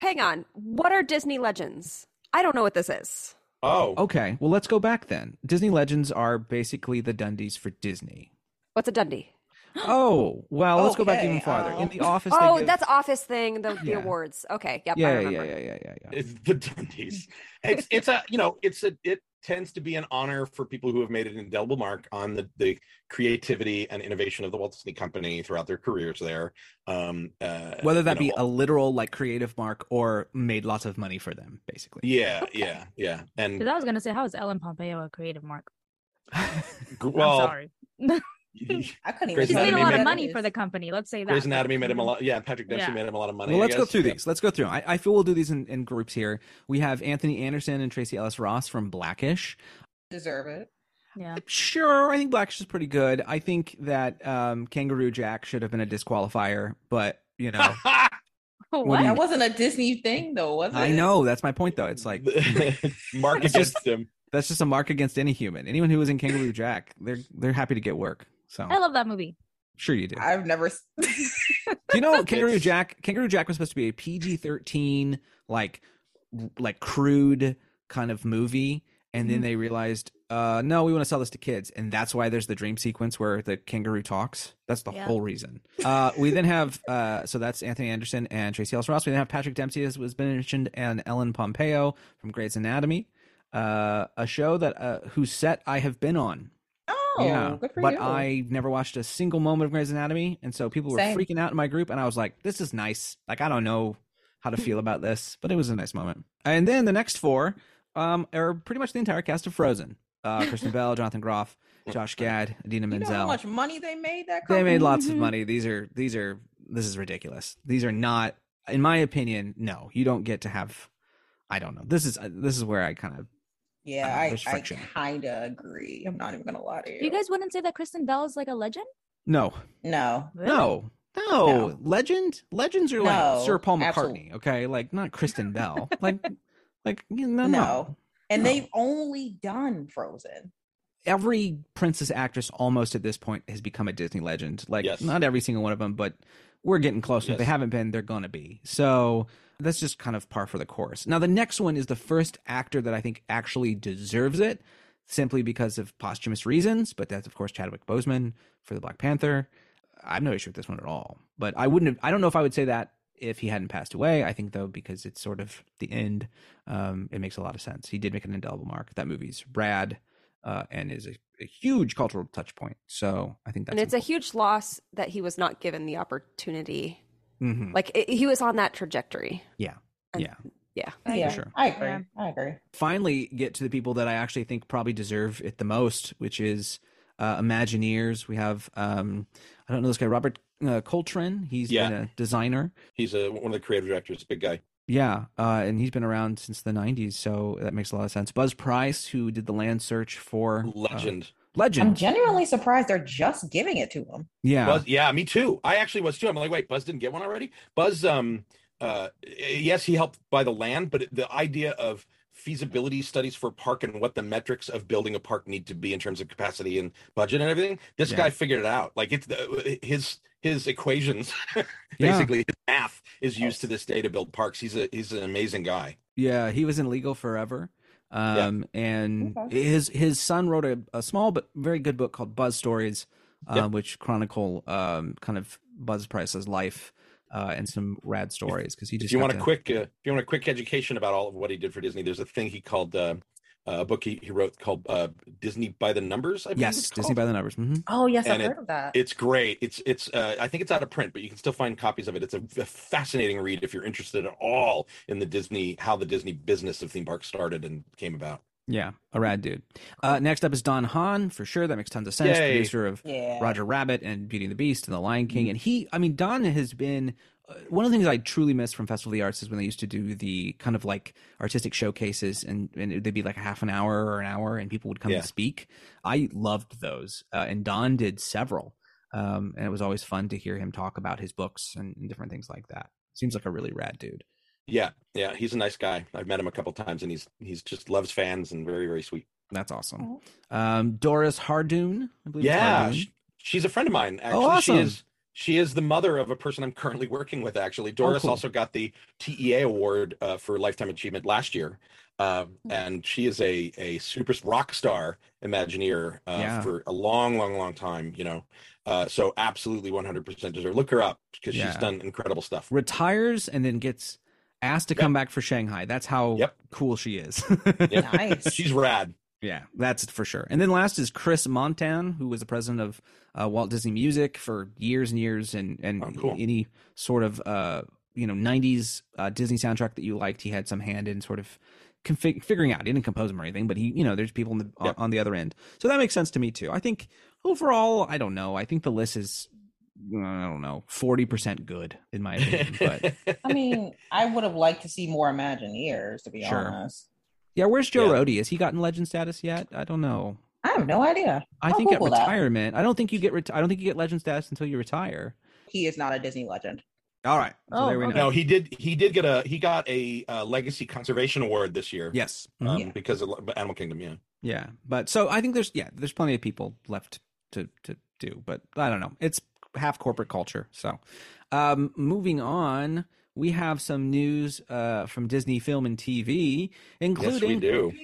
E: Hang on. What are Disney legends? I don't know what this is.
D: Oh,
A: okay, well, let's go back then. Disney legends are basically the Dundies for Disney.
E: What's a Dundee?
A: Oh, well, let's go back
G: Okay,
A: even farther. In
G: um,
A: the office, they
E: Oh,
A: give-
E: that's office thing, the, the
A: Yeah.
E: awards. Okay. Yep. I
A: yeah, yeah,
E: remember.
A: yeah, yeah, yeah, yeah, yeah.
D: it's the Dundies. It's it's a you know it's a it tends to be an honor for people who have made an indelible mark on the the creativity and innovation of the Walt Disney Company throughout their careers there. Um, uh,
A: Whether that be
D: you know,
A: a literal like creative mark or made lots of money for them, basically.
D: yeah, yeah, yeah, and
F: Because I was gonna say, how is Ellen Pompeo a creative mark? I'm
D: well,
F: sorry.
G: I couldn't
D: Grey's
G: even
F: She's
G: tell
F: made
G: you
D: Anatomy
F: a
G: what
F: lot
G: that
F: of money
G: is.
F: for the company. Let's say that.
D: Grey's
F: but-
D: Anatomy made him a lot. Yeah, Patrick Dempsey
F: Yeah.
D: made him a lot of money.
A: well,
D: I
A: let's go
D: guess.
A: through
D: Yeah.
A: these. Let's go through 'em. I, I feel we'll do these in, in groups here. We have Anthony Anderson and Tracy Ellis Ross from Blackish.
G: Deserve it.
F: Yeah.
A: Sure, I think Blackish is pretty good. I think that um, Kangaroo Jack should have been a disqualifier, but you know,
F: What?
A: do you-
G: That wasn't a Disney thing though, was it?
A: I know that's my point though. It's like
D: mark
A: It's
D: against
A: just-
D: him.
A: that's just a mark against any human. Anyone who was in Kangaroo Jack, they're they're happy to get work. So
F: I love that movie.
A: sure you do.
G: I've never. s-
A: Do you know
D: It's-
A: Kangaroo Jack? Kangaroo Jack was supposed to be a PG thirteen, like, like crude kind of movie, and then
F: Mhm.
A: they realized, uh, no, we want to sell this to kids, and that's why there's the dream sequence where the kangaroo talks. That's the
F: Yeah.
A: whole reason. Uh, we then have, uh, so that's Anthony Anderson and Tracy Ellis Ross. We then have Patrick Dempsey, as was mentioned, and Ellen Pompeo from Grey's Anatomy, uh, a show that uh, whose set I have been on
G: Oh,
A: yeah,
G: good for
A: but
G: you.
A: I never watched a single moment of Grey's Anatomy, and so people were
G: Same.
A: freaking out in my group, and I was like, "This is nice." Like, I don't know how to feel about this, but it was a nice moment. And then the next four um, are pretty much the entire cast of Frozen: uh, Kristen Bell, Jonathan Groff, Josh Gad, Adina
G: you know how
A: Menzel.
G: much money they made that.
A: they made lots of
F: Mhm.
A: money. These are these are this is ridiculous. These are not, in my opinion, no. You don't get to have. I don't know. This is uh, this is where I kind of
G: Yeah,
A: Uh,
G: I,
A: there's
G: I
A: friction.
G: kind of agree. I'm not even gonna lie to you.
F: You guys wouldn't say that Kristen Bell is like a legend?
A: no.
G: no,
A: No, no,
G: No.
A: legend. Legends are like
G: No,
A: Sir Paul McCartney.
G: absolutely.
A: Okay, like not Kristen Bell. like, like you know, no,
G: No. and
A: No.
G: they've only done Frozen.
A: Every princess actress almost at this point has become a Disney legend. Like
D: Yes.
A: not every single one of them, but we're getting close. If they
D: Yes.
A: haven't been, they're gonna be. So that's just kind of par for the course. Now, the next one is the first actor that I think actually deserves it simply because of posthumous reasons, but that's, of course, Chadwick Boseman for the Black Panther. I have no issue with this one at all, but I wouldn't have, I don't know if I would say that if he hadn't passed away. I think, though, because it's sort of the end, um, it makes a lot of sense. He did make an indelible mark. That movie's rad uh, and is a, a huge cultural touch point. So I think that's
E: and it's a huge loss that he was not given the opportunity.
A: hmm
E: Like it, he was on that trajectory. and-
A: yeah.
E: Yeah.
G: yeah,
A: sure.
G: I agree.
F: Yeah.
G: I agree.
A: finally get to the people that I actually think probably deserve it the most, which is uh, Imagineers. We have um, I don't know this guy Robert uh, Coltrane. He's
D: Yeah.
A: been a designer,
D: He's a, one of the creative directors, big guy.
A: yeah, uh, and he's been around since the '90s, so that makes a lot of sense. Buzz Price, who did the land search for uh,
D: Legend.
G: I'm
A: legend,
G: genuinely surprised they're just giving it to him.
A: yeah,
D: Buzz, yeah, me too. I actually was too. I'm like, wait, Buzz didn't get one already. Buzz, um, uh, yes, he helped buy the land, but the idea of feasibility studies for a park and what the metrics of building a park need to be in terms of capacity and budget and everything. This
A: Yeah.
D: guy figured it out. Like it's the, his his equations,
A: Yeah.
D: basically his math is used to this day to build parks. He's a he's an amazing guy.
A: Yeah, he was in Legal Forever.
D: Yeah.
A: Um, and
G: Okay.
A: his his son wrote a, a small but very good book called Buzz Stories, uh,
D: Yeah.
A: which chronicle um kind of Buzz Price's life uh, and some rad stories because he just
D: if you
A: got
D: want a
A: to-
D: quick uh, if you want a quick education about all of what he did for disney there's a thing he called uh, a book he, he wrote called uh, disney by the numbers i believe
A: yes
D: it's
A: Disney
D: called.
A: by the numbers hmm
G: Oh yes,
D: And
G: I've
D: it-
G: heard of that.
D: it's great it's it's uh, i think it's out of print but you can still find copies of it it's a, a fascinating read if you're interested at all in the disney how the disney business of theme parks started and came about
A: yeah a rad dude. Uh, next up is Don Hahn for sure that makes tons of sense
D: Yay.
A: producer of
G: yeah,
A: Roger Rabbit and Beauty and the Beast and The Lion
D: Mm-hmm.
A: King. And he, I mean, Don has been uh, one of the things I truly miss from Festival of the Arts is when they used to do the kind of like artistic showcases and, and it- they'd be like a half an hour or an hour and people would come
D: Yeah.
A: and speak. I loved those. Uh, and Don did several. Um, and it was always fun to hear him talk about his books and, and different things like that. Seems like a really rad dude.
D: yeah yeah he's a nice guy i've met him a couple times and he's he's just loves fans and very very sweet
A: That's awesome. Um, Doris Hardoon, I believe. it's
D: Oh. Yeah,
A: Hardoon.
D: sh- she's a friend of mine. Actually,
A: Oh, awesome. Oh,
D: she is. She is the mother of a person I'm currently working with. Actually, Doris
A: cool.
D: also got the TEA award uh, for lifetime achievement last year, um,
A: Hmm.
D: and she is a a super rock star Imagineer uh,
A: Yeah.
D: for a long, long, long time. You know, uh, so absolutely 100 percent deserve. Look her up because
A: Yeah.
D: she's done incredible stuff.
A: retires and then gets asked to
D: Yep.
A: come back for Shanghai. That's how
D: Yep.
A: cool she is.
G: nice.
D: She's rad.
A: yeah, that's for sure. And then last is Chris Montan, who was the president of uh, Walt Disney Music for years and years, and and
D: Oh, cool.
A: any sort of uh, you know '90s uh, Disney soundtrack that you liked, he had some hand in sort of config- figuring out. He didn't compose them or anything, but he you know there's people on the,
D: Yep.
A: on the other end, so that makes sense to me too. I think overall, I don't know. I think the list is mm, I don't know forty percent good in my opinion, but.
G: I mean, I would have liked to see more Imagineers, to be
A: Sure.
G: honest.
A: Yeah, where's Joe
D: Yeah.
A: Rohde? Has he gotten legend status yet? I don't know.
G: I have no idea.
A: I
G: I'll
A: think
G: Google
A: at
G: that.
A: retirement, I don't think you get. Reti- I don't think you get legend status until you retire.
G: He is not a Disney legend.
A: All right. So
F: Oh,
A: there we
F: okay.
A: know.
D: no, he did. He did get a. He got a uh, legacy conservation award this year.
A: Yes.
D: Um,
G: Yeah.
D: because of Animal Kingdom. Yeah.
A: yeah. But so I think there's yeah there's plenty of people left to to do, but I don't know. It's half corporate culture. So, um, moving on, we have some news uh from Disney Film and TV, including
D: do.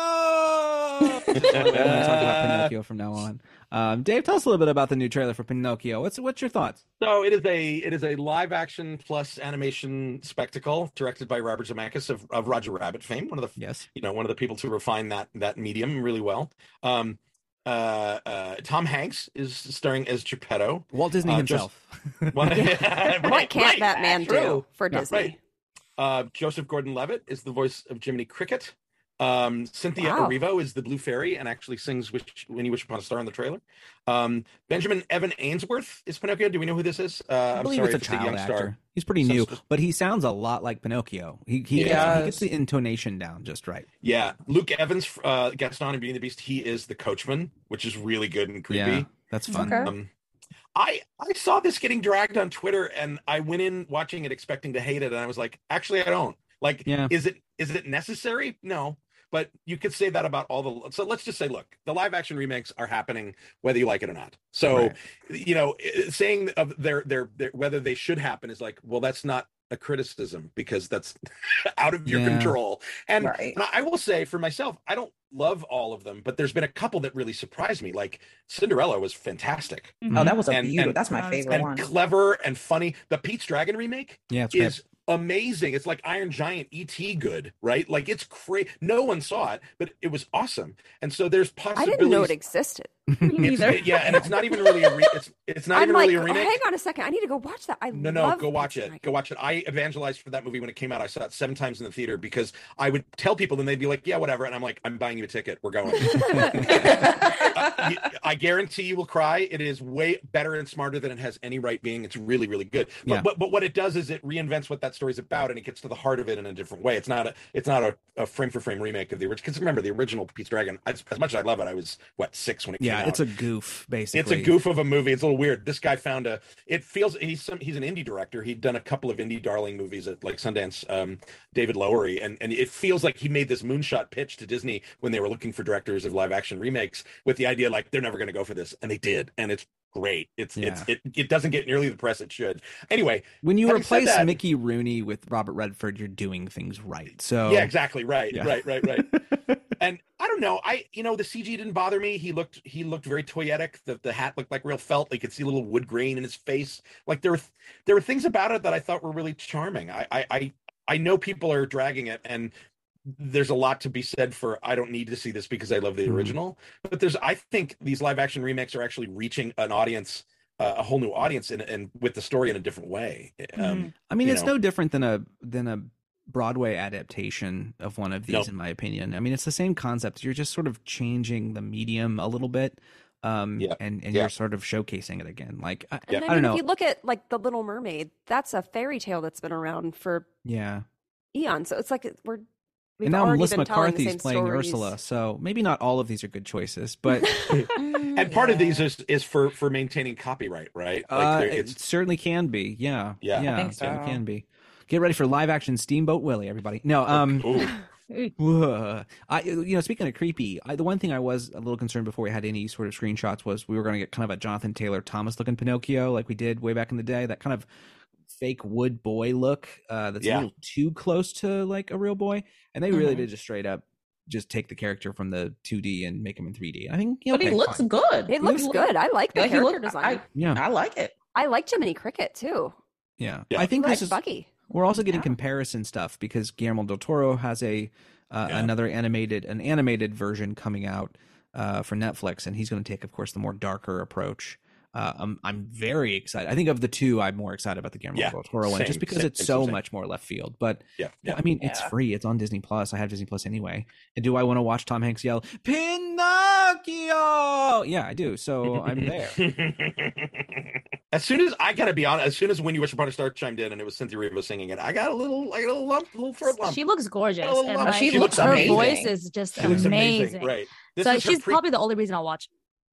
A: Pinocchio. By the way, I'm going to talk about Pinocchio from now on. Um, Dave, tell us a little bit about the new trailer for Pinocchio. What's what's your thoughts?
D: So it is a it is a live action plus animation spectacle directed by Robert Zemeckis of, of Roger Rabbit fame, one of the
A: Yes.
D: you know one of the people to refine that that medium really well. Um, uh, uh, Tom Hanks is starring as Geppetto.
A: Walt Disney
D: Uh,
A: himself.
D: One-
E: what
D: Right,
E: can't
D: right,
E: that man
D: that's true.
E: do for
A: Yeah,
E: Disney?
D: right. Uh, Joseph Gordon-Levitt is the voice of Jiminy Cricket. Um, Cynthia
E: Wow.
D: Erivo is the Blue Fairy and actually sings "Wish When You Wish Upon a Star" in the trailer. Um, Benjamin Evan Ainsworth is Pinocchio. Do we know who this is? Uh,
A: I
D: I'm
A: believe
D: sorry
A: it's a
D: if
A: child
D: young
A: actor.
D: star.
A: He's pretty
D: So
A: new,
D: it's-
A: but he sounds a lot like Pinocchio. He he,
D: He
A: gets, he
G: does.
A: gets the intonation down just right.
D: Yeah, Luke Evans, uh, Gaston and Beauty and the Beast. He is the coachman, which is really good and
A: Yeah,
D: creepy.
A: that's fun.
E: Okay.
D: Um, I I saw this getting dragged on Twitter, and I went in watching it expecting to hate it, and I was like, actually, I don't. Like,
A: Yeah.
D: is it is it necessary? No, but you could say that about all the. So let's just say, look, the live action remakes are happening whether you like it or not. So
A: Right.
D: you know, saying of their their their whether they should happen is like, well, that's not a criticism because that's out of your
A: Yeah.
D: control. And
G: Right.
D: and I- I will say for myself, I don't love all of them, but there's been a couple that really surprised me. Like Cinderella was fantastic
G: Oh, that was a
D: And-
G: beautiful.
D: and-
G: That's my
F: and-
G: favorite
D: and
G: one.
D: clever and funny. The Pete's Dragon remake
A: Yeah, it's
D: is amazing. It's like Iron Giant ET good, right? Like it's crazy. No one saw it, but it was awesome. And so there's
E: I
D: possibilities.
E: didn't know it existed.
F: Me
D: It's-
F: either.
D: yeah, and it's not even really a re- it's it's not
E: I'm
D: even
E: like,
D: really a
E: "Oh,
D: remake.
E: hang on a second. I need to go watch that. I
D: No, no,
E: love
D: go watch
E: Pete's
D: it.
E: Dragon.
D: Go watch it. I evangelized for that movie when it came out. I saw it seven times in the theater because I would tell people, and they'd be like, "Yeah, whatever," and I'm like, "I'm buying you a ticket. We're going." I, I guarantee you will cry. It is way better and smarter than it has any right being. It's really, really good. But,
A: Yeah.
D: but but what it does is it reinvents what that story's about, and it gets to the heart of it in a different way. It's not a it's not a, a frame for frame remake of the original. Because remember, the original Pete's Dragon. As, as much as I love it, I was what six when it came out.
A: yeah, it's a goof basically.
D: It's a goof of a movie. It's a little weird. This guy found a. It feels he's some. He's an indie director. He'd done a couple of indie darling movies at like Sundance. Um, David Lowery, and and it feels like he made this moonshot pitch to Disney when they were looking for directors of live action remakes with the idea like they're never going to go for this, and they did, and it's great. It's it's it, it doesn't get nearly the press it should. Anyway,
A: When you
D: Having said
A: replace
D: that-
A: Mickey Rooney with Robert Redford, you're doing things right. So
D: yeah, exactly right,
A: Oh. Yeah.
D: right, right, right. and I don't know. I you know the CG didn't bother me. He looked he looked very toyetic. The the hat looked like real felt. You could see a little wood grain in his face. Like there were there were things about it that I thought were really charming. I I I, I know people are dragging it and there's a lot to be said for I don't need to see this because I love the
A: Mhm.
D: original. But there's I think these live action remakes are actually reaching an audience uh, a whole new audience and and with the story in a different way. Um,
A: I mean,
D: you
A: it's
D: know.
A: no different than a than a Broadway adaptation of one of these,
D: Nope.
A: in my opinion. I mean, it's the same concept. You're just sort of changing the medium a little bit, um,
D: Yeah.
A: and and
D: Yeah.
A: you're sort of showcasing it again. Like, I,
D: Yeah.
E: And I,
A: I don't
E: mean,
A: know.
E: if you look at like The Little Mermaid, that's a fairy tale that's been around for
A: yeah.
E: eons. So it's like it- we're we've
A: And now
E: already
A: Melissa
E: been telling the
A: McCarthy's
E: same
A: playing
E: stories.
A: Ursula, so maybe not all of these are good choices, but Hmm.
G: Mm-hmm.
D: and part of these is is for for maintaining copyright, right?
A: uh,
D: there-
A: it certainly can be. Yeah,
D: Yeah. I
A: yeah,
G: think
A: it certainly
G: so.
A: can be. Get ready for live action Steamboat Willie, everybody. No, um,
D: Ooh.
A: Whoa. I, you know, speaking of creepy, I, the one thing I was a little concerned before we had any sort of screenshots was we were going to get kind of a Jonathan Taylor Thomas looking Pinocchio like we did way back in the day, that kind of fake wood boy look uh, that's
D: Yeah.
A: a little too close to like a real boy. And they really
G: Mhm.
A: did just straight up just take the character from the 2D and make him in 3D. I think, you know,
G: but he
A: okay,
G: looks
A: fine. Hmm,
G: good.
E: It looks good. I like the
G: Yeah, he
E: character
G: looked-
E: design.
A: Yeah,
G: I like it.
E: I, like Jiminy Cricket too.
A: yeah,
D: Yeah.
A: I think
E: I like
A: this is
E: Buggy.
A: We're also getting
E: Yeah.
A: comparison stuff because Guillermo del Toro has a uh,
D: Yeah.
A: another animated an animated version coming out uh, for Netflix, and he's going to take, of course, the more darker approach. Uh, I'm I'm very excited. I think of the two, I'm more excited about the Guillermo
D: Yeah,
A: del Toro one
D: same,
A: just because
D: same,
A: it's
D: same,
A: so
D: same.
A: much more left field. But
D: Yeah, yeah.
A: I mean, it's
G: Yeah.
A: free. It's on Disney Plus. I have Disney Plus anyway. And do I want to watch Tom Hanks yell Pinocchio? Yeah, I do. So I'm there.
D: as soon as I gotta be honest, as soon as When You Wish Upon a Star chimed in and it was Cynthia Revo singing it, I got a little, I got a little lump, a little throat lump.
F: She looks gorgeous.
D: Oh,
F: and,
D: wow.
F: like,
G: She looks
F: her
G: amazing.
F: voice is just
D: She looks
F: amazing.
D: right? This
F: so
D: is her
F: she's
D: pre-
F: probably the only reason I'll watch.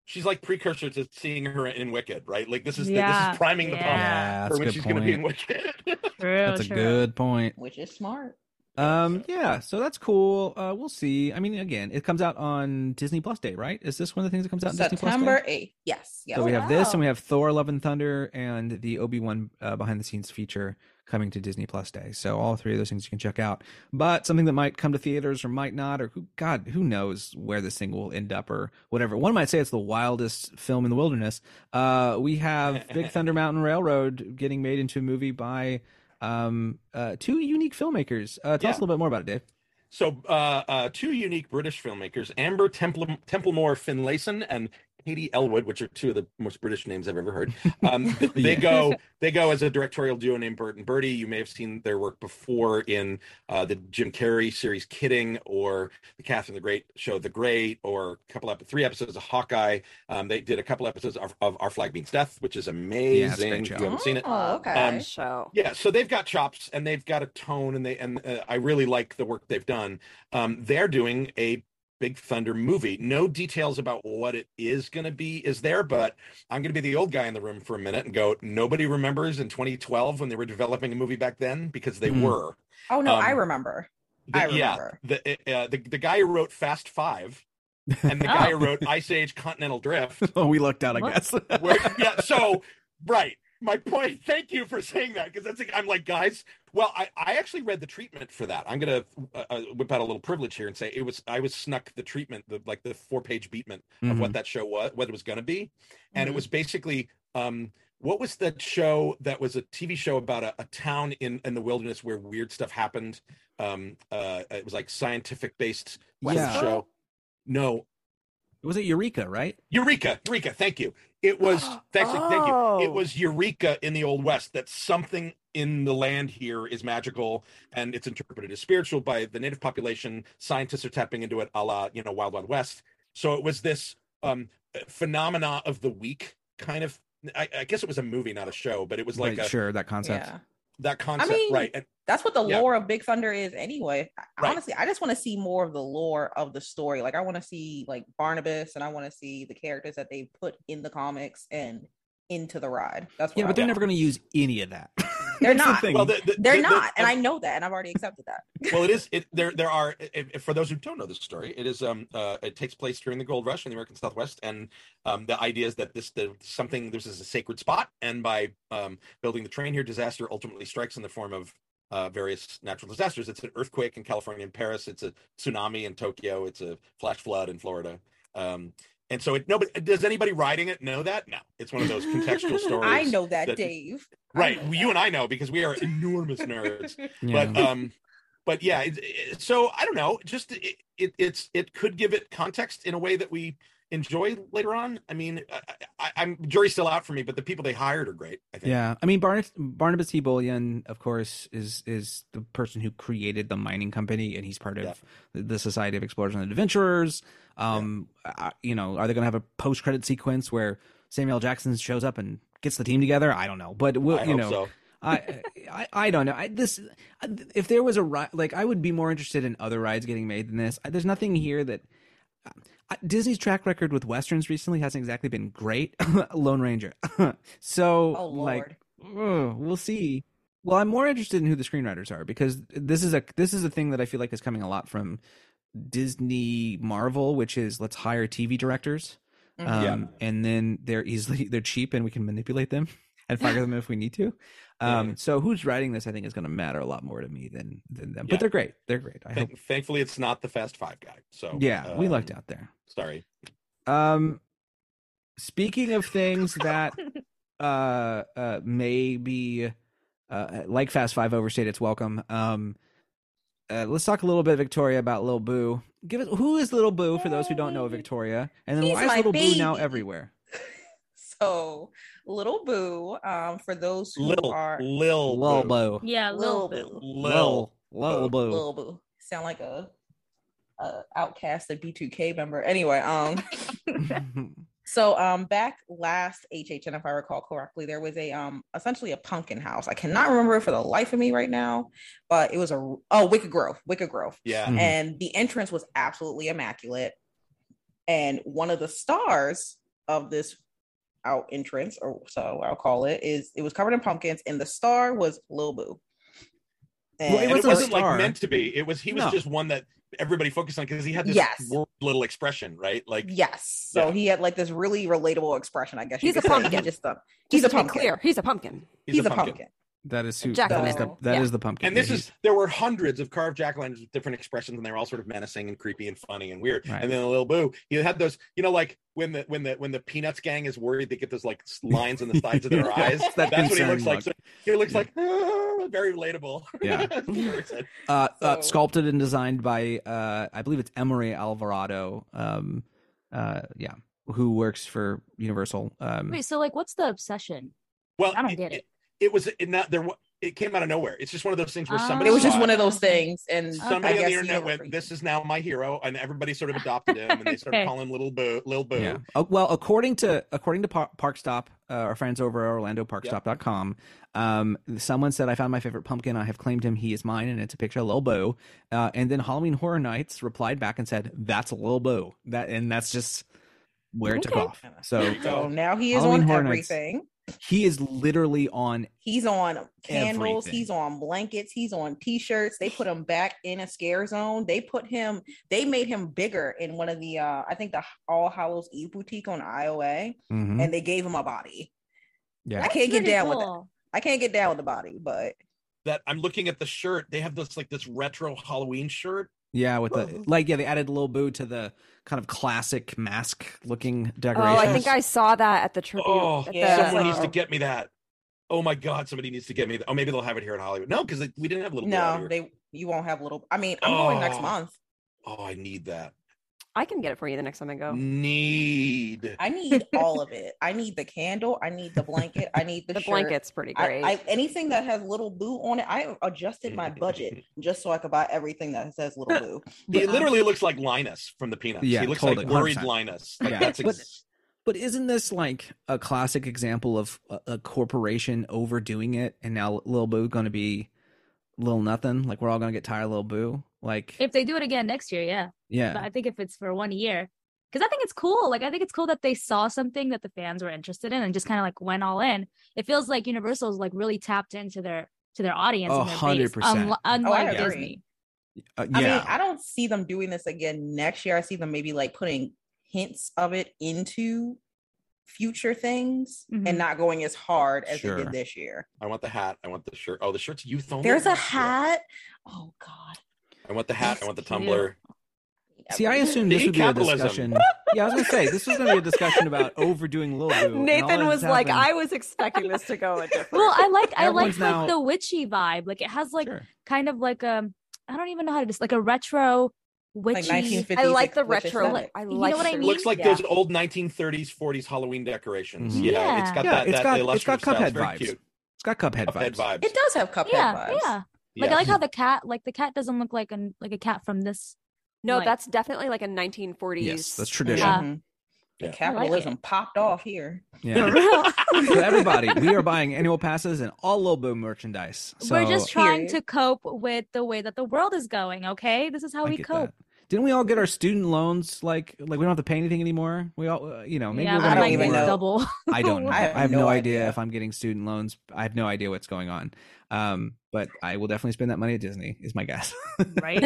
D: she's like precursor to seeing her in Wicked, right? Like this is the, this
F: Yeah,
D: is priming the pump
A: yeah,
F: Yeah.
A: that's a
D: for when
A: good
D: she's
A: point.
D: gonna be in Wicked.
F: True,
A: that's a
F: true.
A: good point.
G: Which is smart.
A: Um, yeah, so that's cool. Uh, we'll see. I mean, again, it comes out on Disney Plus Day, right? Is this one of the things that comes out on Disney Plus
G: September
A: Day?
G: 8th. Yes. yes.
A: So we have this, and
F: wow.
A: we have Thor: Love and Thunder, and the Obi Wan uh, behind the scenes feature coming to Disney Plus Day. So all three of those things you can check out. But something that might come to theaters or might not, or who God, who knows where this thing will end up or whatever. One might say it's the wildest film in the wilderness. Uh, we have Big Thunder Mountain Railroad getting made into a movie by um uh two unique filmmakers uh tell us a
D: Yeah.
A: little bit more about it dave
D: So, uh, uh, two unique British filmmakers, Amber Temple Templemore Finlayson and Katie Elwood, which are two of the most British names I've ever heard. Um, th- they
A: Yeah.
D: go they go as a directorial duo named Bert and Birdie. You may have seen their work before in uh, the Jim Carrey series Kidding, or the Catherine the Great show The Great, or a couple of three episodes of Hawkeye. Um, they did a couple episodes of, of Our Flag Means Death, which is amazing. if you
A: show.
D: haven't seen it,
G: Oh, okay.
E: Uh,
D: Um,
E: show.
D: yeah, so they've got chops and they've got a tone, and they and uh, I really like the work they've done. Um, they're doing a Big Thunder movie. No details about what it is going to be is there, but I'm going to be the old guy in the room for a minute and go. Nobody remembers in 2012 when they were developing a movie back then because they
A: Hmm.
D: were.
G: Oh, no.
D: um,
G: I remember.
D: The,
G: I
D: yeah,
G: remember.
D: the, uh, the the guy who wrote Fast Five and the
G: Oh.
D: guy who wrote Ice Age Continental Drift
A: Oh, we lucked out, I
F: What?
A: guess.
D: Where- yeah, so right. my point. Thank you for saying that because that's I'm like, guys. Well, I, I actually read the treatment for that. I'm gonna uh, uh, whip out a little privilege here and say it was I was snuck the treatment, the like the four page beatment
A: Mm-hmm.
D: of what that show was, what it was gonna be, and it
G: Mhm.
D: was basically um what was that show that was a TV show about a, a town in in the wilderness where weird stuff happened. Um, uh, it was like scientific based
A: Yeah.
D: show. No,
A: Was it Eureka, right?
D: Eureka, Eureka, thank you. It was thank, you, thank you.
E: Oh.
D: It was Eureka in the old west that something in the land here is magical and it's interpreted as spiritual by the native population. Scientists are tapping into it a la, you know, Wild Wild West. So it was this um phenomena of the week kind of I, I guess it was a movie, not a show, but it was like
A: Right,
D: a,
A: sure, that concept.
G: Yeah.
D: that concept,
G: mean,
D: right? And
G: That's what the
D: Yeah.
G: lore of Big Thunder is anyway. I-
D: Right.
G: Honestly, I just want to see more of the lore of the story. Like I want to see like Barnabas and I want to see the characters that they put in the comics and into the ride. That's what
A: Yeah,
G: I
A: but they're
G: want.
A: never going to use any of that.
G: They're
A: That's the
G: not.
A: thing.
D: well, the, the,
G: they're
D: the- the-
G: not, and I know that, and I've already accepted that.
D: well it is it there there are if, if- for those who don't know this story it is um uh, it takes place during the gold rush in the american southwest and um the idea is that this the something this is a sacred spot and by um building the train here disaster ultimately strikes in the form of uh, various natural disasters it's an earthquake in california and paris it's a tsunami in tokyo it's a flash flood in florida um and so it nobody does anybody riding it know that no it's one of those contextual stories
G: I know that,
D: that-
G: Dave. I
D: right
G: know
D: you
G: that.
D: and i know because we are enormous nerds
A: Yeah.
D: but um but yeah it, it- so i don't know just it, it it's it could give it context in a way that we enjoy later on i mean I, I, i'm jury's still out for me but the people they hired are great i think
A: Yeah, I mean Barnabas, Barnabas T. Bullion, of course, is is the person who created the mining company, and he's part of
D: Yeah.
A: the Society of Explorers and Adventurers. Um, I- you know, are they going to have a post credit sequence where Samuel L. Jackson shows up and gets the team together? I don't know, but we'll,
D: i
A: you
D: hope
A: know,
D: so
A: I, I I don't know. I, this if there was a ride, like I would be more interested in other rides getting made than this. There's nothing here that uh, I- Disney's track record with westerns recently hasn't exactly been great. Lone Ranger. so
G: Oh
A: like
G: Lord.
A: ugh, we'll see. Well, I'm more interested in who the screenwriters are because this is a this is a thing that I feel like is coming a lot from Disney Marvel, which is let's hire TV directors,
G: Mhm.
A: um,
D: Mm-hmm. Yeah.
A: and then they're easily they're cheap and we can manipulate them and fire them if we need to. Um, So who's writing this, I think, is going to matter a lot more to me than than them.
D: Yeah.
A: But they're great. They're great. I
D: Thank- thankfully it's not the fast five guy so
A: hope. Yeah, we
D: um,
A: lucked out there.
D: sorry
A: Um, speaking of things that uh, uh may be uh like Fast Five overstayed its welcome. Um, uh, let's talk a little bit, Victoria, about Lil Boo. Give us who is Little Boo for those who don't know, Victoria, and then
G: He's
A: why is
G: my
A: Little Boo now
G: baby.
A: everywhere?
G: So, Little Boo, um, for those who
D: lil
G: are
D: lil
A: Lil
D: Boo.
A: Boo.
F: Yeah, Lil
G: Lil Boo.
F: Boo.
D: lil
A: Lil Boo.
G: Lil Boo. Sound like a, a outcast, a B2K member. Anyway, um, so um, back last HHN, if I recall correctly, there was a um, essentially a pumpkin house. I cannot remember it for the life of me right now, but it was a oh Wicked Grove, Wicked Grove,
D: yeah
A: Mhm.
G: and the entrance was absolutely immaculate. And one of the stars of this out entrance, or so I'll call it, is it was covered in pumpkins, and the star was Lil Boo.
A: Well,
D: and
A: was
D: it
A: a
D: wasn't
A: star.
D: like meant to be it was he was
A: No.
D: just one that everybody focused on because he had this
G: Yes.
D: weird little expression right like
G: Yes. So
D: Yeah.
G: he had like this really relatable expression, I guess. you
E: He's
G: could
E: a
G: say. He
E: pumpkin.
G: just, uh,
E: Just
G: he's a
E: to be
G: pumpkin.
E: clear, he's a pumpkin.
G: He's, a pumpkin.
A: that is who,
E: Jack
A: that
G: o'
A: is the
G: lantern.
A: that
E: Yeah.
A: is the pumpkin.
D: And this
A: Yeah,
D: is there were hundreds of carved jack o' lanterns with different expressions, and they were all sort of menacing and creepy and funny and weird.
A: Right.
D: And then the little boo, he had those, you know, like when the when the when the Peanuts gang is worried, they get those like s- lines in the sides of their eyes.
A: It's that
D: That's what he
A: concern
D: looks like.
A: look.
D: So he looks
A: Yeah.
D: like "Ah," very relatable.
A: Yeah.
D: Very sad.
A: uh, uh,
G: So-
A: sculpted and designed by uh, I believe it's Emery Alvarado. Um, uh, yeah, who works for Universal. Um,
F: Wait, so like, what's the obsession?
D: well,
F: I don't get it.
D: It, it was it not there. wa- It came out of nowhere. It's just one of those things where
F: Ah.
D: somebody
G: It was just
D: saw
G: one of those things. And I
D: Somebody on
G: guess
D: the
G: he
D: internet
G: overreached.
D: went, "This is now my hero," and everybody sort of adopted him, and they started
F: Okay.
D: calling him Little Boo, Little Boo.
A: Yeah. Uh, well, according to according to Par- Park Stop, uh, our friends over at OrlandoParkStop.com, um, someone said I found my favorite pumpkin. I have claimed him. He is mine, and it's a picture of Lil Boo. Uh, and then Halloween Horror Nights replied back and said, "That's Lil Boo." That and that's just where it took
F: Okay.
A: off. So
G: So now he is
A: Halloween
G: on
A: Horror Nights.
G: everything.
A: he is literally on.
G: He's on candles,
A: Everything.
G: he's on blankets, he's on t-shirts. They put him back in a scare zone. They put him, they made him bigger in one of the uh I think the All Hallows Eve boutique on IOA,
D: Mm-hmm.
A: Mhm.
G: and they gave him a body.
A: Yeah.
G: I can't get down with it. I can't get down with the body, but
D: That I'm looking at the shirt. They have this like this retro Halloween shirt.
A: Yeah, with the like, yeah, they added Lil Boo to the kind of classic mask looking
E: Oh,
A: decoration.
E: I think I saw that at the tribute.
D: Oh,
E: at
G: Yeah.
E: the- um,
D: someone needs to
G: Wow.
D: get me that. Oh my god, somebody needs to get me that. Oh, maybe they'll have it here in Hollywood. No, because we didn't have little. Bill out
G: no,
D: here.
G: they you won't have little. I mean, I'm going next
D: Oh.
G: month.
D: Oh, I need that.
E: I can get it for you the next time I go.
D: Need.
G: I need all of it. I need the candle. I need the blanket. I need the,
E: The
G: shirt.
E: blanket's pretty
G: I,
E: great.
G: I, anything that has little boo on it, I adjusted my budget just so I could buy everything that says little boo.
D: He literally looks like Linus from the Peanuts.
A: Yeah,
D: he looks
A: totally,
D: like worried
A: 100%.
D: Linus. Like
A: Yeah.
D: that's
A: But-
D: ex-
A: But isn't this like a classic example of a, a corporation overdoing it, and now Lil Boo going to be Lil Nothing? Like we're all going to get tired of Lil Boo. Like,
F: If they do it again next year, yeah. But
A: yeah,
F: I think if it's for one year, because I think it's cool. Like I think it's cool that they saw something that the fans were interested in and just kind of like went all in. It feels like Universal's like really tapped into their to their audience.
A: A
F: and their base,
A: hundred percent.
F: unli-
A: Oh, I
F: Unlike
G: agree.
F: Disney.
A: uh,
G: I
A: yeah.
G: mean, I don't see them doing this again next year. I see them maybe like putting hints of it into future things
F: Mhm.
E: Mm-hmm.
G: and not going as hard as they
A: Sure.
G: did this year.
D: I want the hat. I want the shirt. Oh, the shirt's youth only.
G: There's a
D: Yes, yeah.
G: hat. Oh God.
D: I want the hat. I want the
F: That's cute.
D: tumbler.
A: See, I assume
D: The
A: this would be a
D: capitalism.
A: discussion. yeah, I was going to say this was going to be a discussion about overdoing Lil Boo. and all
E: Nathan
A: that's
E: was like,
A: happened-
E: I was expecting this to go a different.
F: Well, I like I like
A: Everyone's
F: like
A: now-
F: the witchy vibe. Like it has like
A: Sure.
F: kind of like um I don't even know how to just like a retro
G: Like
F: witchy.
G: 1950s.
E: I like the
G: which is
E: retro.
G: not-
E: I
F: You know
E: like
F: what I
E: the-
F: mean?
D: Looks like
E: Yeah.
D: those old 1930s, 40s Halloween decorations.
A: Mhm.
D: Yeah, it's
F: Yeah.
D: got
A: Yeah,
D: that.
A: it's
D: that
A: got- it's
D: illustrative
A: got
D: style. It's
A: Cuphead
D: very
A: vibes.
D: Cute.
A: It's got Cuphead,
D: Cuphead
A: vibes.
D: vibes.
G: It does have cuphead
F: yeah,
G: vibes.
F: yeah. Like
D: Yeah.
F: I like how the cat, like the cat doesn't look like a like a cat from this.
E: no,
F: like-
E: that's definitely like a 1940s.
A: Yes, that's tradition.
F: Yeah.
G: Mhm.
D: Yeah.
G: The capitalism popped off here.
A: Yeah. so everybody, we are buying annual passes and all Lil Boo merchandise. So
F: We're just trying
G: Period.
F: to cope with the way that the world is going. Okay, this is how
A: I
F: we
A: get
F: cope.
A: that. Didn't we all get our student loans? Like, like we don't have to pay anything anymore. We all, uh, you know, maybe
F: yeah,
A: we're
G: I
A: gonna
F: mine
G: don't
A: get
G: even
F: is
A: more.
G: know.
F: double.
A: I don't know. I have, no, idea.
G: idea.
A: if I'm getting student loans. I have no idea what's going on. Um, but I will definitely spend that money at Disney. Is my guess.
F: right?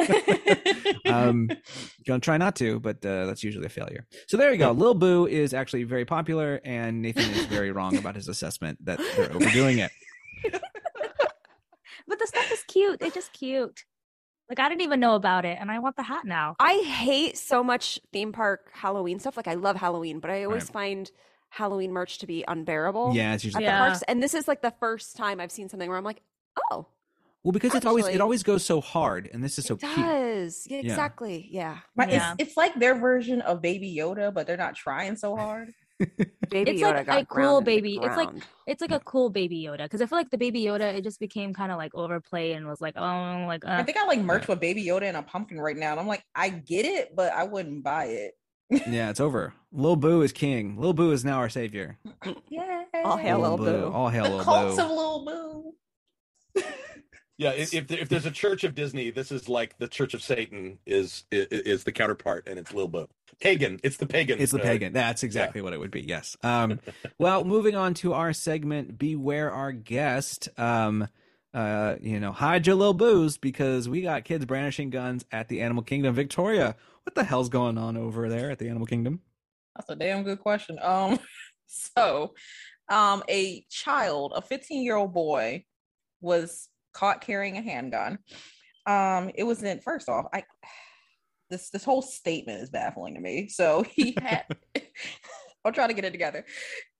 A: um, gonna try not to, but uh, that's usually a failure. So there you go. Lil Boo is actually very popular, and Nathan is very wrong about his assessment that they're overdoing it.
F: But the stuff is cute. It's just cute. Like I didn't even know about it, and I want the hat now.
E: I hate so much theme park Halloween stuff. Like I love Halloween, but I always
A: Right.
E: find Halloween merch to be unbearable.
A: Yeah, it's
E: At
A: usually
E: the
F: Yeah.
E: parks, and this is like the first time I've seen something where I'm like, oh,
A: well because it's always it
E: Actually-
A: always goes so hard, and this is so
E: it
A: cute.
E: does. Yeah,
A: Yeah.
E: exactly. Yeah,
G: Right,
F: Yeah.
G: It's, it's like their version of Baby Yoda, but they're not trying so hard.
E: Baby
F: It's
E: Yoda
F: like
E: got
F: a cool
E: ground in the
F: baby- it's like-
E: ground.
F: It's like a cool baby Yoda because I feel like the baby Yoda it just became kind of like overplayed and was like oh like
G: I
F: uh.
G: think I like merch with Baby Yoda and a pumpkin right now, and I'm like, I get it, but I wouldn't buy it.
A: Yeah, it's over. Lil Boo is king. Lil Boo is now our savior.
G: Yeah.
E: All hail Lil Boo.
A: All hail
G: the
A: Lil
G: cults
A: Boo.
G: of Lil Boo.
D: Yeah, i- if there- if there's a Church of Disney, this is like the Church of Satan is i- i- is the counterpart, and it's Lil Bo. Pagan. It's the pagan.
A: It's the
D: uh,
A: pagan. That's exactly what it would be. Yes. Um, well, moving on to our segment, beware our guest. Um, uh, you know, hide your little booze because we got kids brandishing guns at the Animal Kingdom. Victoria, what the hell's going on over there at the Animal Kingdom?
G: That's a damn good question. Um, so, um, a child, a 15 year old boy, was caught carrying a handgun. Um, it was in first off, I this this whole statement is baffling to me. So he had, I'll try to get it together.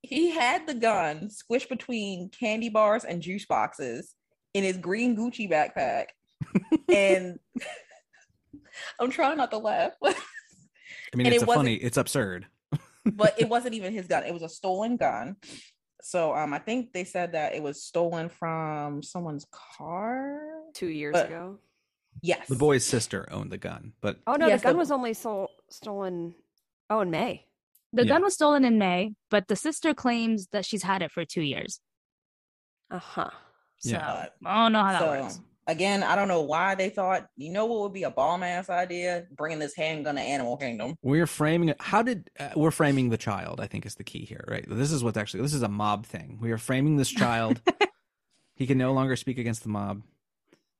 G: He had the gun squished between candy bars and juice boxes in his green Gucci backpack, and I'm trying not to laugh.
A: I mean,
G: And
A: it's
G: it
A: a
G: wasn't-
A: funny. It's absurd.
G: but it wasn't even his gun. It was a stolen gun. So um, I think they said that it was stolen from someone's car.
E: Two years
G: But-
E: ago.
G: Yes,
A: The boy's sister owned the gun, but
E: Oh no,
G: Yes,
E: the gun
G: the-
E: was only sol- stolen. Oh, in May.
F: The
A: Yeah.
F: gun was stolen in May, but the sister claims that she's had it for two years.
E: Uh
F: Uh-huh.
E: huh.
F: So
A: Yeah.
F: I don't know how that
G: So
F: works.
G: again, I don't know why they thought. You know what would be a bomb ass idea? Bringing this handgun to Animal Kingdom.
A: we're framing it. How did uh, we're framing the child? I think is the key here, right? This is what's actually. This is a mob thing. We are framing this child. he can no longer speak against the mob.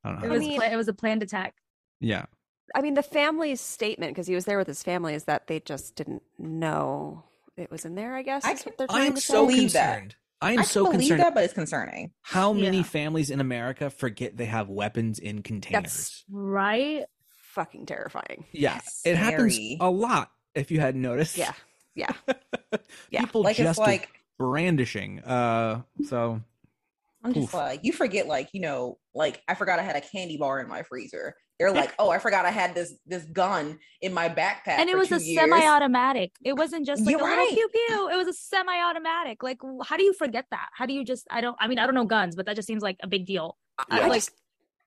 A: I don't know.
F: It
A: how
F: was
A: to-
E: mean-
F: pla- it was a planned attack.
A: yeah.
E: I mean, the family's statement because he was there with his family is that they just didn't know it was in there. I guess
G: I
E: is
G: can-
E: what they're
A: I
E: trying
A: am
E: to
A: so
E: say.
G: believe that.
A: concerned I
G: I
A: am
G: can
A: so
G: believe
A: concerned
G: that, but it's concerning.
A: how many
F: Yeah.
A: families in America forget they have weapons in containers.
F: Right?
E: Fucking terrifying.
A: yeah,
G: That's
A: it happens
G: scary.
A: a lot. If you hadn't noticed,
E: Yeah. Yeah. Yeah.
A: people
G: Like
A: just
G: it's like
A: brandishing. Uh, so
G: I'm just
A: Oof.
G: like, you forget, like, you know, like I forgot I had a candy bar in my freezer. They're like, oh, I forgot I had this this gun in my backpack.
F: and it
G: for
F: was
G: two
F: a
G: years."
F: semi-automatic. It wasn't just like
G: You're
F: a little
G: right.
F: pew pew. It was a semi-automatic. Like, w- how do you forget that? How do you just? I don't. I mean, I don't know guns, but that just seems like a big deal.
E: I-
D: Yeah.
E: I just,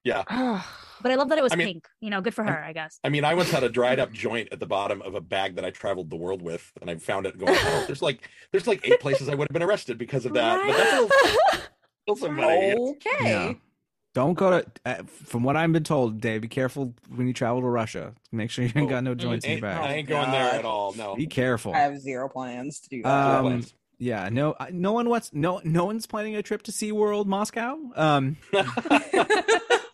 D: Yeah.
F: But I love that it was
D: I mean-
F: pink. You know, good for
D: I'm-
F: her, I guess.
D: I mean, I once had a dried up joint at the bottom of a bag that I traveled the world with, and I found it going. Oh, there's like there's like eight places I would have been arrested because of that. But that's a little, still somebody.
G: Okay.
A: yeah. Don't go to. Uh, from what I've been told, Dave, be careful when you travel to Russia. Make sure you ain't
D: Oh,
A: got no joints in your
D: Ain't- I
A: back.
D: ain't going there
G: God.
D: at all. No.
A: Be careful.
G: I have zero plans to do that.
A: Um, yeah, no, I- no one wants no no one's planning a trip to SeaWorld Moscow. Um,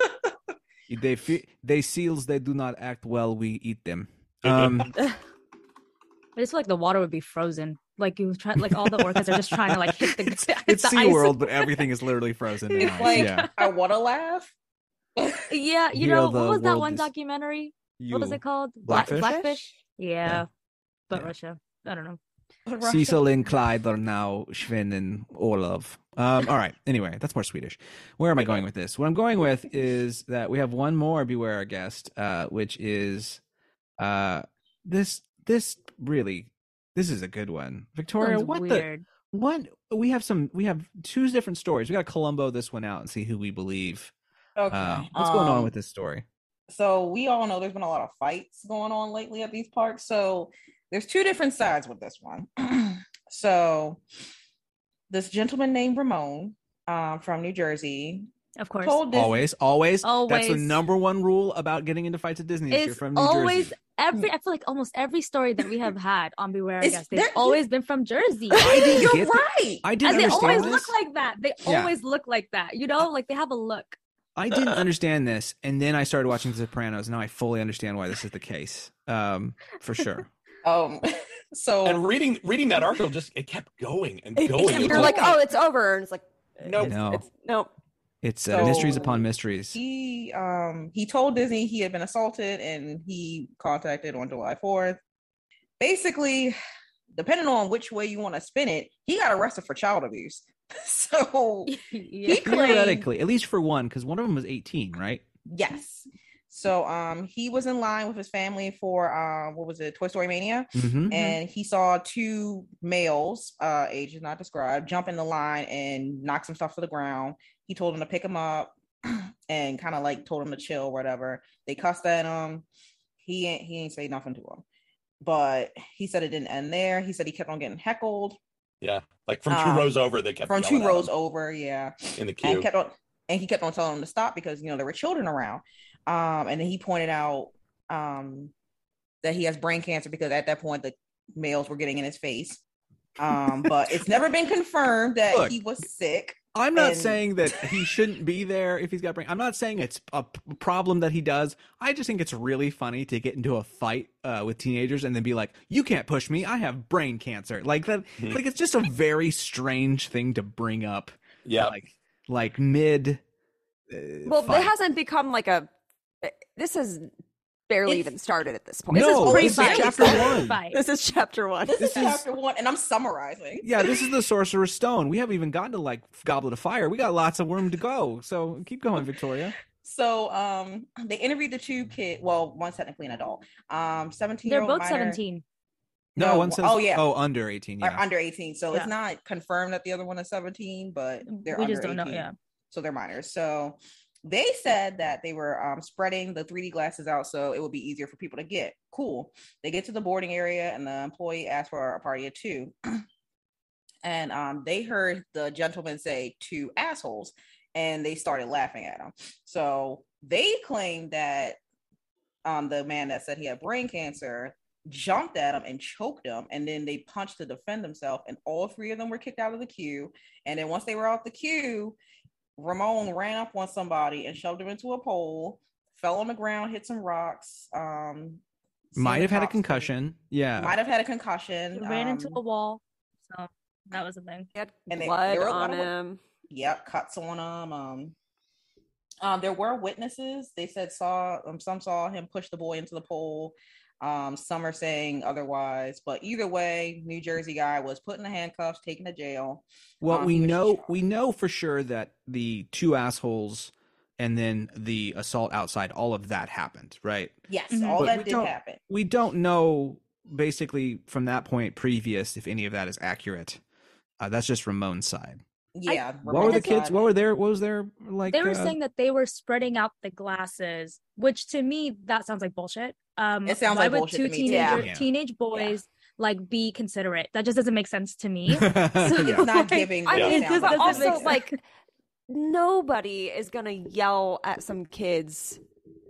A: they fe- they seals they do not act well. We eat them. Um,
F: I just feel like the water would be frozen. Like you try, like all the orcas are just trying to like hit the
A: it's,
F: hit
A: it's
F: the ice.
A: SeaWorld, but everything is literally frozen. and
G: It's
A: ice.
G: like-
A: yeah,
G: I want to laugh.
F: Yeah, you
A: Here
F: know
A: the
F: what was that
A: world
F: one
A: is-
F: documentary?
A: you
F: What was it called? Bla-
A: Blackfish?
F: Blackfish. Yeah, but
A: Yeah.
F: Russia. I don't know.
A: Cecil and Clyde are now Sven and Olav. Um, all right. Anyway, that's more Swedish. Where am I going with this? What I'm going with is that we have one more Beware Our Guest, uh, which is uh, this. This really, this is a good one. Victoria,
F: Sounds
A: what the
F: weird.
A: what? We have some. We have two different stories. We got to Columbo this one out and see who we believe.
G: Okay.
A: Uh, what's going on
G: um,
A: with this story?
G: so we all know there's been a lot of fights going on lately at these parks so there's two different sides with this one so this gentleman named ramon um, from new jersey
F: Of course.
G: told Disney-
A: Always, always, That's the
F: Always.
A: number one rule about getting into fights at Disney. Is you're
F: It's
A: from New
F: always
A: Jersey.
F: Every I feel like almost every story that we have had on Beware Our
G: It's-
F: Guest, they've
G: they're-
F: always been from Jersey.
A: didn't
G: you're
A: get that.
G: right
A: I didn't
F: And they
A: understand
F: always
A: this.
F: look like that. They
A: Yeah.
F: always look like that. You know, like they have a look.
A: I didn't understand this, and then I started watching The Sopranos. Now I fully understand why this is the case, um, for sure.
G: um so
D: and reading reading that article just it kept going and
E: It-
D: going.
E: it's-
D: It
E: you're
D: was
E: like, oh, it's over. And it's like,
D: Nope.
E: it's-
A: No.
E: it's- nope.
A: It's uh, mysteries
G: So-
A: upon mysteries.
G: he um he told disney he had been assaulted and he contacted on july 4th basically depending on which way you want to spin it he got arrested for child abuse so
F: yeah.
G: he claimed
A: Theoretically, at least for one, because one of them was eighteen, right?
G: Yes. So um he was in line with his family for uh what was it, Toy Story Mania?
A: Mm-hmm.
G: And he saw two males, uh age is not described, jump in the line and knock some stuff to the ground. He told him to pick him up and kind of like told him to chill, whatever. They cussed at him. He ain't he ain't say nothing to him. But he said it didn't end there. He said he kept on getting heckled
D: like from two
G: um,
D: rows over, they kept
G: from two
D: yelling at
G: rows
D: him
G: over. Yeah.
D: in the
G: and
D: queue.
G: kept on and he kept on telling them to stop because you know there were children around um and then he pointed out um that he has brain cancer because at that point the males were getting in his face um but it's never been confirmed that
A: Look.
G: he was sick
A: I'm not
G: and-
A: saying that he shouldn't be there if he's got brain. I'm not saying it's a p- problem that he does. I just think it's really funny to get into a fight uh, with teenagers and then be like, "You can't push me. I have brain cancer." Like that.
G: Mm-hmm.
D: Mhm.
A: Like it's just a very strange thing to bring up.
D: Yeah,
A: like like mid uh,
E: Well,
A: fight.
E: it hasn't become like a. eh, This has barely
G: It's-
E: even started at this point.
A: no
E: this
A: this is
E: is pre-fight.
G: pre-fight.
A: chapter one
F: Fight.
E: This is chapter one.
G: this,
A: This
G: is
A: is-
G: chapter one and i'm summarizing
A: yeah this is the sorcerer's stone we haven't even gotten to like goblet of fire we got lots of room to go so keep going victoria
G: so um they interviewed the two kid well one's technically an adult um 17
F: They're both seventeen.
A: no,
G: No,
A: one says
G: oh, yeah.
A: oh under 18
G: or
A: yeah
G: under 18
F: Yeah.
G: so
F: Mm,
G: it's not confirmed that the other one is 17 but they're
F: we
G: under
F: just don't know.
G: 18.
F: Yeah.
G: so they're minors. So they said that they were um, spreading the 3D glasses out so it would be easier for people to get. Cool. They get to the boarding area and the employee asked for a party of two. and um, they heard the gentleman say two assholes and they started laughing at him. So they claimed that um, the man that said he had brain cancer jumped at him and choked him and then they punched to defend himself and all three of them were kicked out of the queue and then once they were out the queue Ramon ran up on somebody and shoved him into a pole, fell on the ground, hit some rocks. Um,
A: might
G: seen
A: have had a
G: cops.
A: concussion yeah
G: Might have had a concussion.
F: He ran into
G: um,
F: a wall. So That was the thing.
E: He had
G: And they-
E: blood
G: there were a
E: on
G: lot of wo-
E: him.
G: Yep, cuts on him. Um, um, there were witnesses. They said saw um, some saw him push the boy into the pole. Um, some are saying otherwise, but either way, New Jersey guy was put in the handcuffs, taken to jail.
A: Well,
G: Um,
A: we
G: he was
A: know
G: shot.
A: we know for sure that the two assholes and then the assault outside, all of that happened, right?
G: Yes,
F: Mhm.
G: all
A: But we
G: that did
A: don't-
G: happen.
A: We don't know basically from that point previous if any of that is accurate. Uh, that's just Ramon's side.
G: Yeah.
A: what were the
G: Ramon's
A: kids?
G: side.
A: What were their? What was their like?
F: they were
A: uh,
F: saying that they were spreading out the glasses, which to me that sounds like bullshit. Um,
G: It sounds
F: why
G: like
F: would
G: bullshit
F: two
G: to me, too.
F: teenager,
A: Yeah.
F: teenage boys like be considerate? That just doesn't make sense to me.
A: yeah.
G: It's not giving.
E: I
G: what it
E: mean,
G: sounds
E: but
F: doesn't
G: like.
E: also like nobody is gonna yell at some kids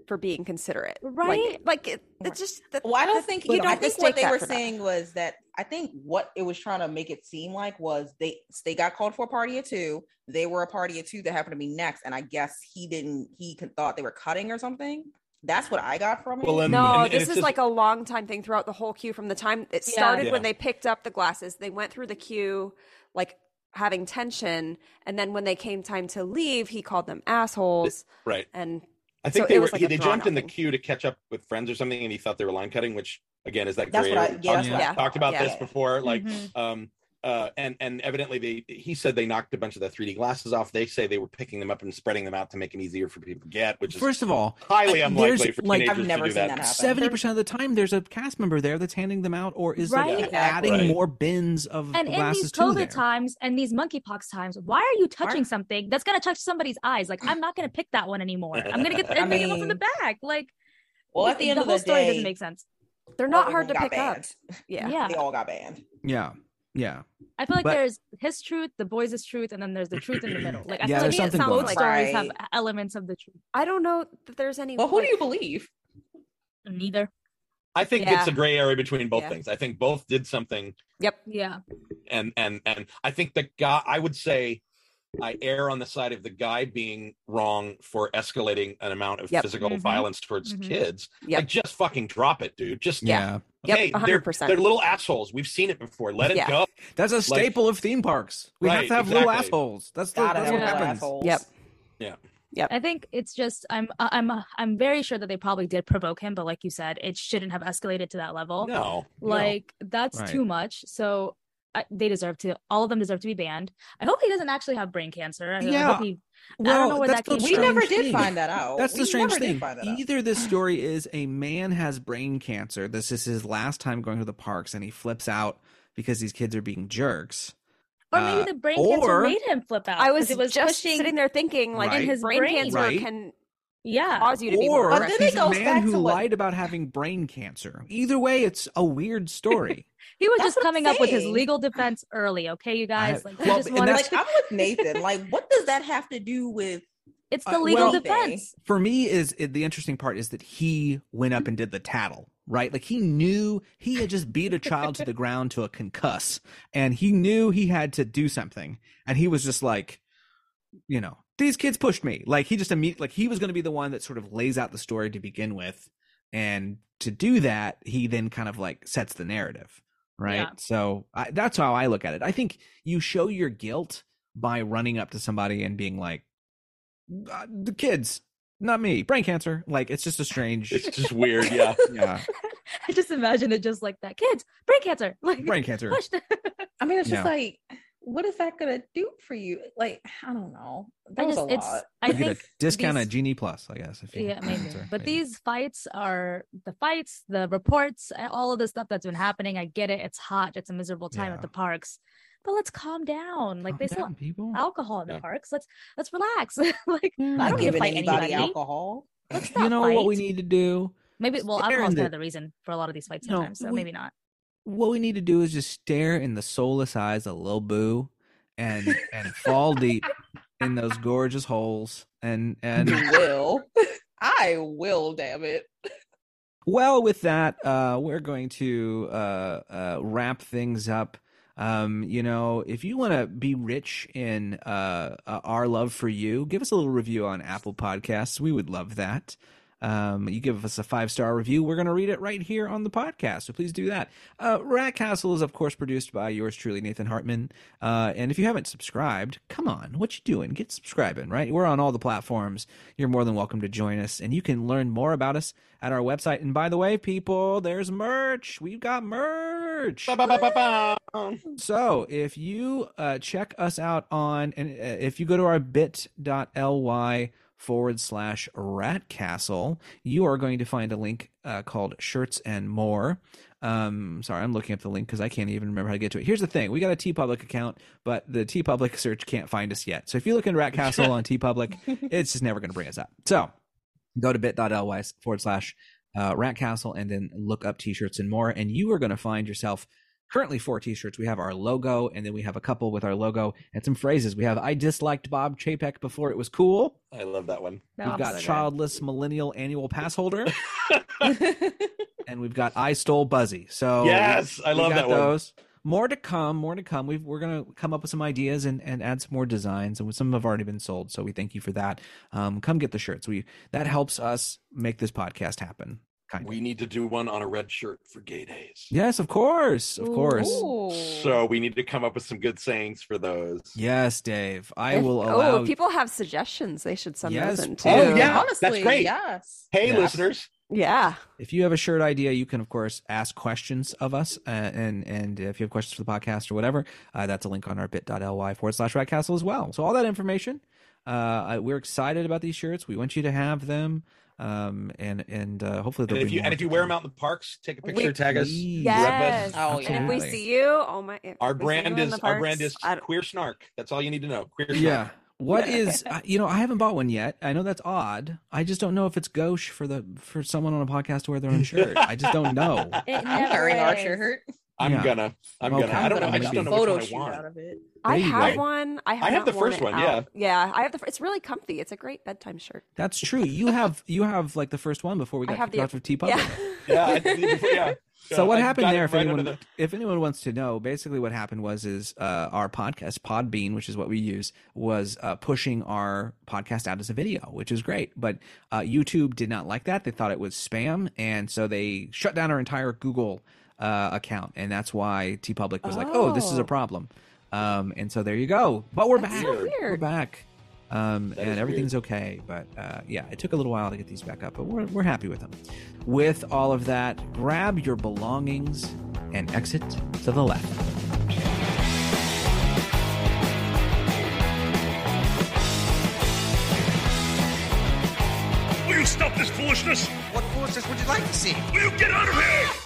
E: for being considerate,
F: Right?
E: Like, like it, it's just that,
G: Well, I don't
E: that-
G: think
E: you
G: you know, I
E: don't
G: think
E: mistake
G: what they
E: that
G: were
E: for nothing.
G: saying was that I think what it was trying to make it seem like was they they got called for a party of two. They were a party of two that happened to be next, and I guess he didn't. He con- thought they were cutting or something. That's what I got from it.
D: Well, and-
E: No, this
D: it's
E: is
D: just-
E: like a long time thing throughout the whole queue from the time it
F: Yeah.
E: started when
D: Yeah.
E: they picked up the glasses. They went through the queue like having tension, and then when they came time to leave, he called them assholes.
D: right.
E: And
D: I think
E: So
D: they
E: it
D: were
E: was like
D: he-
E: a
D: they jumped in the
E: drawn-out thing.
D: queue to catch up with friends or something, and he thought they were line cutting, which again is that
G: That's
D: gray
G: what I-
D: area. We
G: yeah,
D: talked,
G: that's
E: what I-
D: talked about this
G: yeah.
D: before, like
F: Mhm.
D: um uh and and evidently they he said they knocked a bunch of the 3D glasses off. They say they were picking them up and spreading them out to make them easier for people to get, which is
A: First of all,
D: highly
A: I-
D: unlikely
A: there's,
D: for
A: like-
D: teenagers
A: I've
G: never
D: to do
G: seen that
D: that.
G: happen.
A: seventy percent of the time, there's a cast member there that's handing them out, or is
F: Right.
A: like
G: Exactly.
A: adding
D: Right.
A: more bins of
F: and in
A: glasses
F: these
A: to there.
F: COVID times and these monkeypox times, why are you touching something that's gonna touch somebody's eyes? Like, I'm not gonna pick that one anymore. I'm gonna get the
G: I
F: infected one from the
G: mean-
F: back. Like,
G: well, at the end of
F: whole
G: the
F: story
G: day,
F: doesn't make sense.
E: they're
G: all
E: not
G: of
E: hard to
G: them got
E: pick up.
G: banned.
E: Yeah.
F: yeah.
G: They all got banned.
A: Yeah, yeah.
F: I feel like
A: But-
F: there's his truth, the boys' truth, and then there's the truth in the middle. Like I
A: Yeah,
F: feel
A: there's
F: like
A: something going
F: both
A: on.
F: stories have
G: Right.
F: elements of the truth.
E: I don't know that there's any.
G: Well, who do
E: like-
G: you believe?
F: Neither.
D: I think
E: Yeah.
D: it's a gray area between both
E: Yeah.
D: things. I think both did something
E: Yep.
F: Yeah.
D: and and and I think the guy I would say I err on the side of the guy being wrong for escalating an amount of
E: Yep.
D: physical
F: Mhm.
D: violence towards
F: Mhm.
D: kids.
E: Yep.
D: Like just fucking drop it, dude. Just
A: yeah,
E: Yep,
D: okay, they're,
E: 100%.
D: they're little assholes. We've seen it before. Let it
E: Yeah.
D: go.
A: That's a staple of theme parks. We have
D: Right,
A: to have little
D: exactly.
A: assholes. That's, the,
G: Gotta
A: that's what
G: have
F: little
G: little
A: happens.
G: assholes.
E: Yep.
F: I think it's just I'm I'm I'm very sure that they probably did provoke him, but like you said, it shouldn't have escalated to that level.
D: No,
F: Like that's
A: Right.
F: too much. So I, they deserve to. All of them deserve to be banned. I hope he doesn't actually have brain cancer. I, I
A: Yeah.
F: hope he,
A: Well,
F: know where
A: that's
F: that
A: the
F: came
G: We
F: Strange
A: strange
G: never did
A: thing.
G: find that out.
A: That's the
G: We
A: strange
G: never did
A: thing.
G: find that out.
A: Either this story is a man has brain cancer. This is his last time going to the parks, and he flips out because these kids are being jerks.
F: or maybe
A: Uh,
F: the brain
A: or-
F: cancer made him flip out.
E: I
F: 'cause
E: was,
F: it was
E: just
F: pushing-
E: sitting there thinking, like,
A: Right. in
F: his
E: brain,
F: brain.
E: cancer
A: Right.
E: can
F: Yeah.
E: cause you to be more
A: or
G: But then
E: aggressive.
G: it
A: he's a
G: goes
A: man
G: back
A: who
G: to what-
A: lied about having brain cancer. Either way, it's a weird story.
F: He was
G: That's
F: just
G: what I'm
F: coming up with his
G: saying.
F: legal defense early, okay, you guys.
A: I-
F: Like, he
A: well,
F: just
A: and
F: wanted,
A: that's-
G: Like I'm with Nathan. Like, what does that have to do with?
F: it's
A: I-
F: the legal
A: well-
F: defense.
A: for me is it, the interesting part is that he went up and did the tattle right like he knew he had just beat a child to the ground to a concuss and he knew he had to do something and he was just like you know these kids pushed me like he just immediately like he was going to be the one that sort of lays out the story to begin with and to do that he then kind of like sets the narrative right
F: Yeah.
A: so I, that's how i look at it i think you show your guilt by running up to somebody and being like uh, the kids not me brain cancer like it's just a strange
D: it's just weird. Yeah.
A: yeah
F: I just imagine it just like that. Kids, brain cancer. Like
A: brain cancer
F: pushed.
G: I mean, it's just
A: No.
G: like, what is that gonna do for you? Like, I don't know. That
F: I
G: was
F: just,
G: a
F: it's,
G: lot.
F: I
A: you get a
F: think
A: discount
F: these-
A: at genie plus i guess if you
F: yeah,
A: brain
F: maybe.
A: cancer,
F: But
A: maybe.
F: these fights are the fights, the reports, and all of the stuff that's been happening. I get it. It's hot. It's a miserable time
A: Yeah.
F: at the parks. But let's calm down. Like
A: Calm
F: they sell
A: down, people
F: alcohol in the
D: Yeah.
F: parks. Let's let's relax. like
A: Yeah.
F: I
G: Not
F: don't need to
G: giving
F: fight
G: anybody
F: anybody.
G: alcohol.
F: Let's not
A: you know
F: fight.
A: what we need to do
F: Maybe well,
A: Stare in
F: alcohol is kind
A: the-
F: of the reason for a lot of these fights
A: No,
F: sometimes. so
A: we-
F: maybe not.
A: what we need to do is just stare in the soulless eyes of Lil Boo and and fall deep in those gorgeous holes and and
G: You will. I will. Damn it.
A: well with that uh we're going to uh uh wrap things up um you know if you want to be rich in uh uh, our love for you give us a little review on apple podcasts we would love that um, you give us a five star review, we're going to read it right here on the podcast. So please do that. Uh, Rat Castle is, of course, produced by yours truly, Nathan Hartman. Uh, and if you haven't subscribed, come on, what you doing? Get subscribing, right? We're on all the platforms. You're more than welcome to join us, and you can learn more about us at our website. And by the way, people, there's merch. We've got merch.
D: Ba-ba-ba-ba-ba.
A: So if you uh, check us out on, and uh, if you go to our bit.ly forward slash rat castle, you are going to find a link uh, called shirts and more. Um, sorry, I'm looking up the link because I can't even remember how to get to it. Here's the thing: we got a T Public account, but the T Public search can't find us yet. So if you look in Rat Castle on T Public, it's just never going to bring us up. So go to bit.ly forward slash uh, Rat Castle and then look up t-shirts and more, and you are going to find yourself currently four t-shirts we have our logo and then we have a couple with our logo and some phrases we have i disliked bob chapek before it was cool
D: I love that one.
A: We've got
D: Opposite.
A: childless millennial annual pass holder, and we've got I stole Buzzy. So
D: Yes, I
A: Oh, we
D: love
A: got
D: that one.
A: those. More to come, more to come. We've, we're going to come up with some ideas and, and add some more designs, and some have already been sold. So we thank you for that. Um, come get the shirts. We that helps us make this podcast happen. Kind of.
D: We need to do one on a red shirt for gay days.
A: Yes, of course, of course.
G: Ooh.
D: So we need to come up with some good sayings for those.
A: Yes, Dave. I
E: If-
A: will allow.
E: oh, if people have suggestions, they should send
A: Yes,
E: those in too.
A: please.
D: Oh, yeah, that's
G: honestly,
D: great.
G: yes.
D: Hey,
A: Yeah.
D: listeners.
E: Yeah.
A: If you have a shirt idea, you can of course ask questions of us, uh, and and if you have questions for the podcast or whatever, uh, that's a link on our bit.ly forward slash Ratcastle as well. So all that information, uh, I- we're excited about these shirts. We want you to have them, um, and and uh, hopefully
D: And
A: there'll
D: if
A: be
D: you
A: more
D: and if
A: to
D: you wear
A: come.
D: them out in the parks, take a
E: We-
D: picture, tag us.
A: Please.
E: Yes.
G: Oh, yeah.
E: And if we
A: Absolutely.
E: see you, oh my! if
D: Our
E: we see you in
D: brand is
E: the
D: our
E: parks,
D: brand is
E: I don't-
D: queer snark. That's all you need to know. Queer snark.
A: yeah. What is I- you know? I haven't bought one yet. I know that's odd. I just don't know if it's gauche for the for someone on a podcast to wear their own shirt. I just don't know.
F: It
G: I'm
F: never
G: wearing our
F: is.
G: shirt.
D: I'm
A: Yeah.
D: gonna. I'm
A: Okay.
D: gonna. I
A: I'm
D: don't know.
A: gonna
D: I just
A: maybe-
D: don't know
G: photo
D: which
G: shoot
D: one I
G: out
D: want.
G: of it.
E: I
A: There you
E: have
A: go.
E: one. I have,
D: have the
E: not worn
D: first
E: it
D: one,
E: out. Yeah, I have the. fir- It's really comfy. It's a great bedtime shirt.
A: That's true. You have you have like the first one before we
E: I
A: got
E: have
A: kicked
E: the-
A: off of T Public.
E: Yeah.
D: Yeah. I, yeah.
A: So what
D: I
A: happened
D: got it
A: there? If
D: right under
A: anyone,
D: the-
A: if anyone wants to know, basically what happened was is uh, our podcast Podbean, which is what we use, was uh, pushing our podcast out as a video, which is great. But uh, YouTube did not like that; they thought it was spam, and so they shut down our entire Google uh, account, and that's why T Public was like, "Oh, this is a
E: Oh.
A: problem," um, and so there you go. But we're
E: That's
A: back.
E: so
A: We're
E: weird.
A: back. Um,
D: That is
A: and everything's okay, but uh, yeah, it took a little while to get these back up, but we're, we're happy with them. With all of that, grab your belongings and exit to the left.
B: Will you stop this foolishness?
H: What forces would you like to see?
B: Will you get out of here?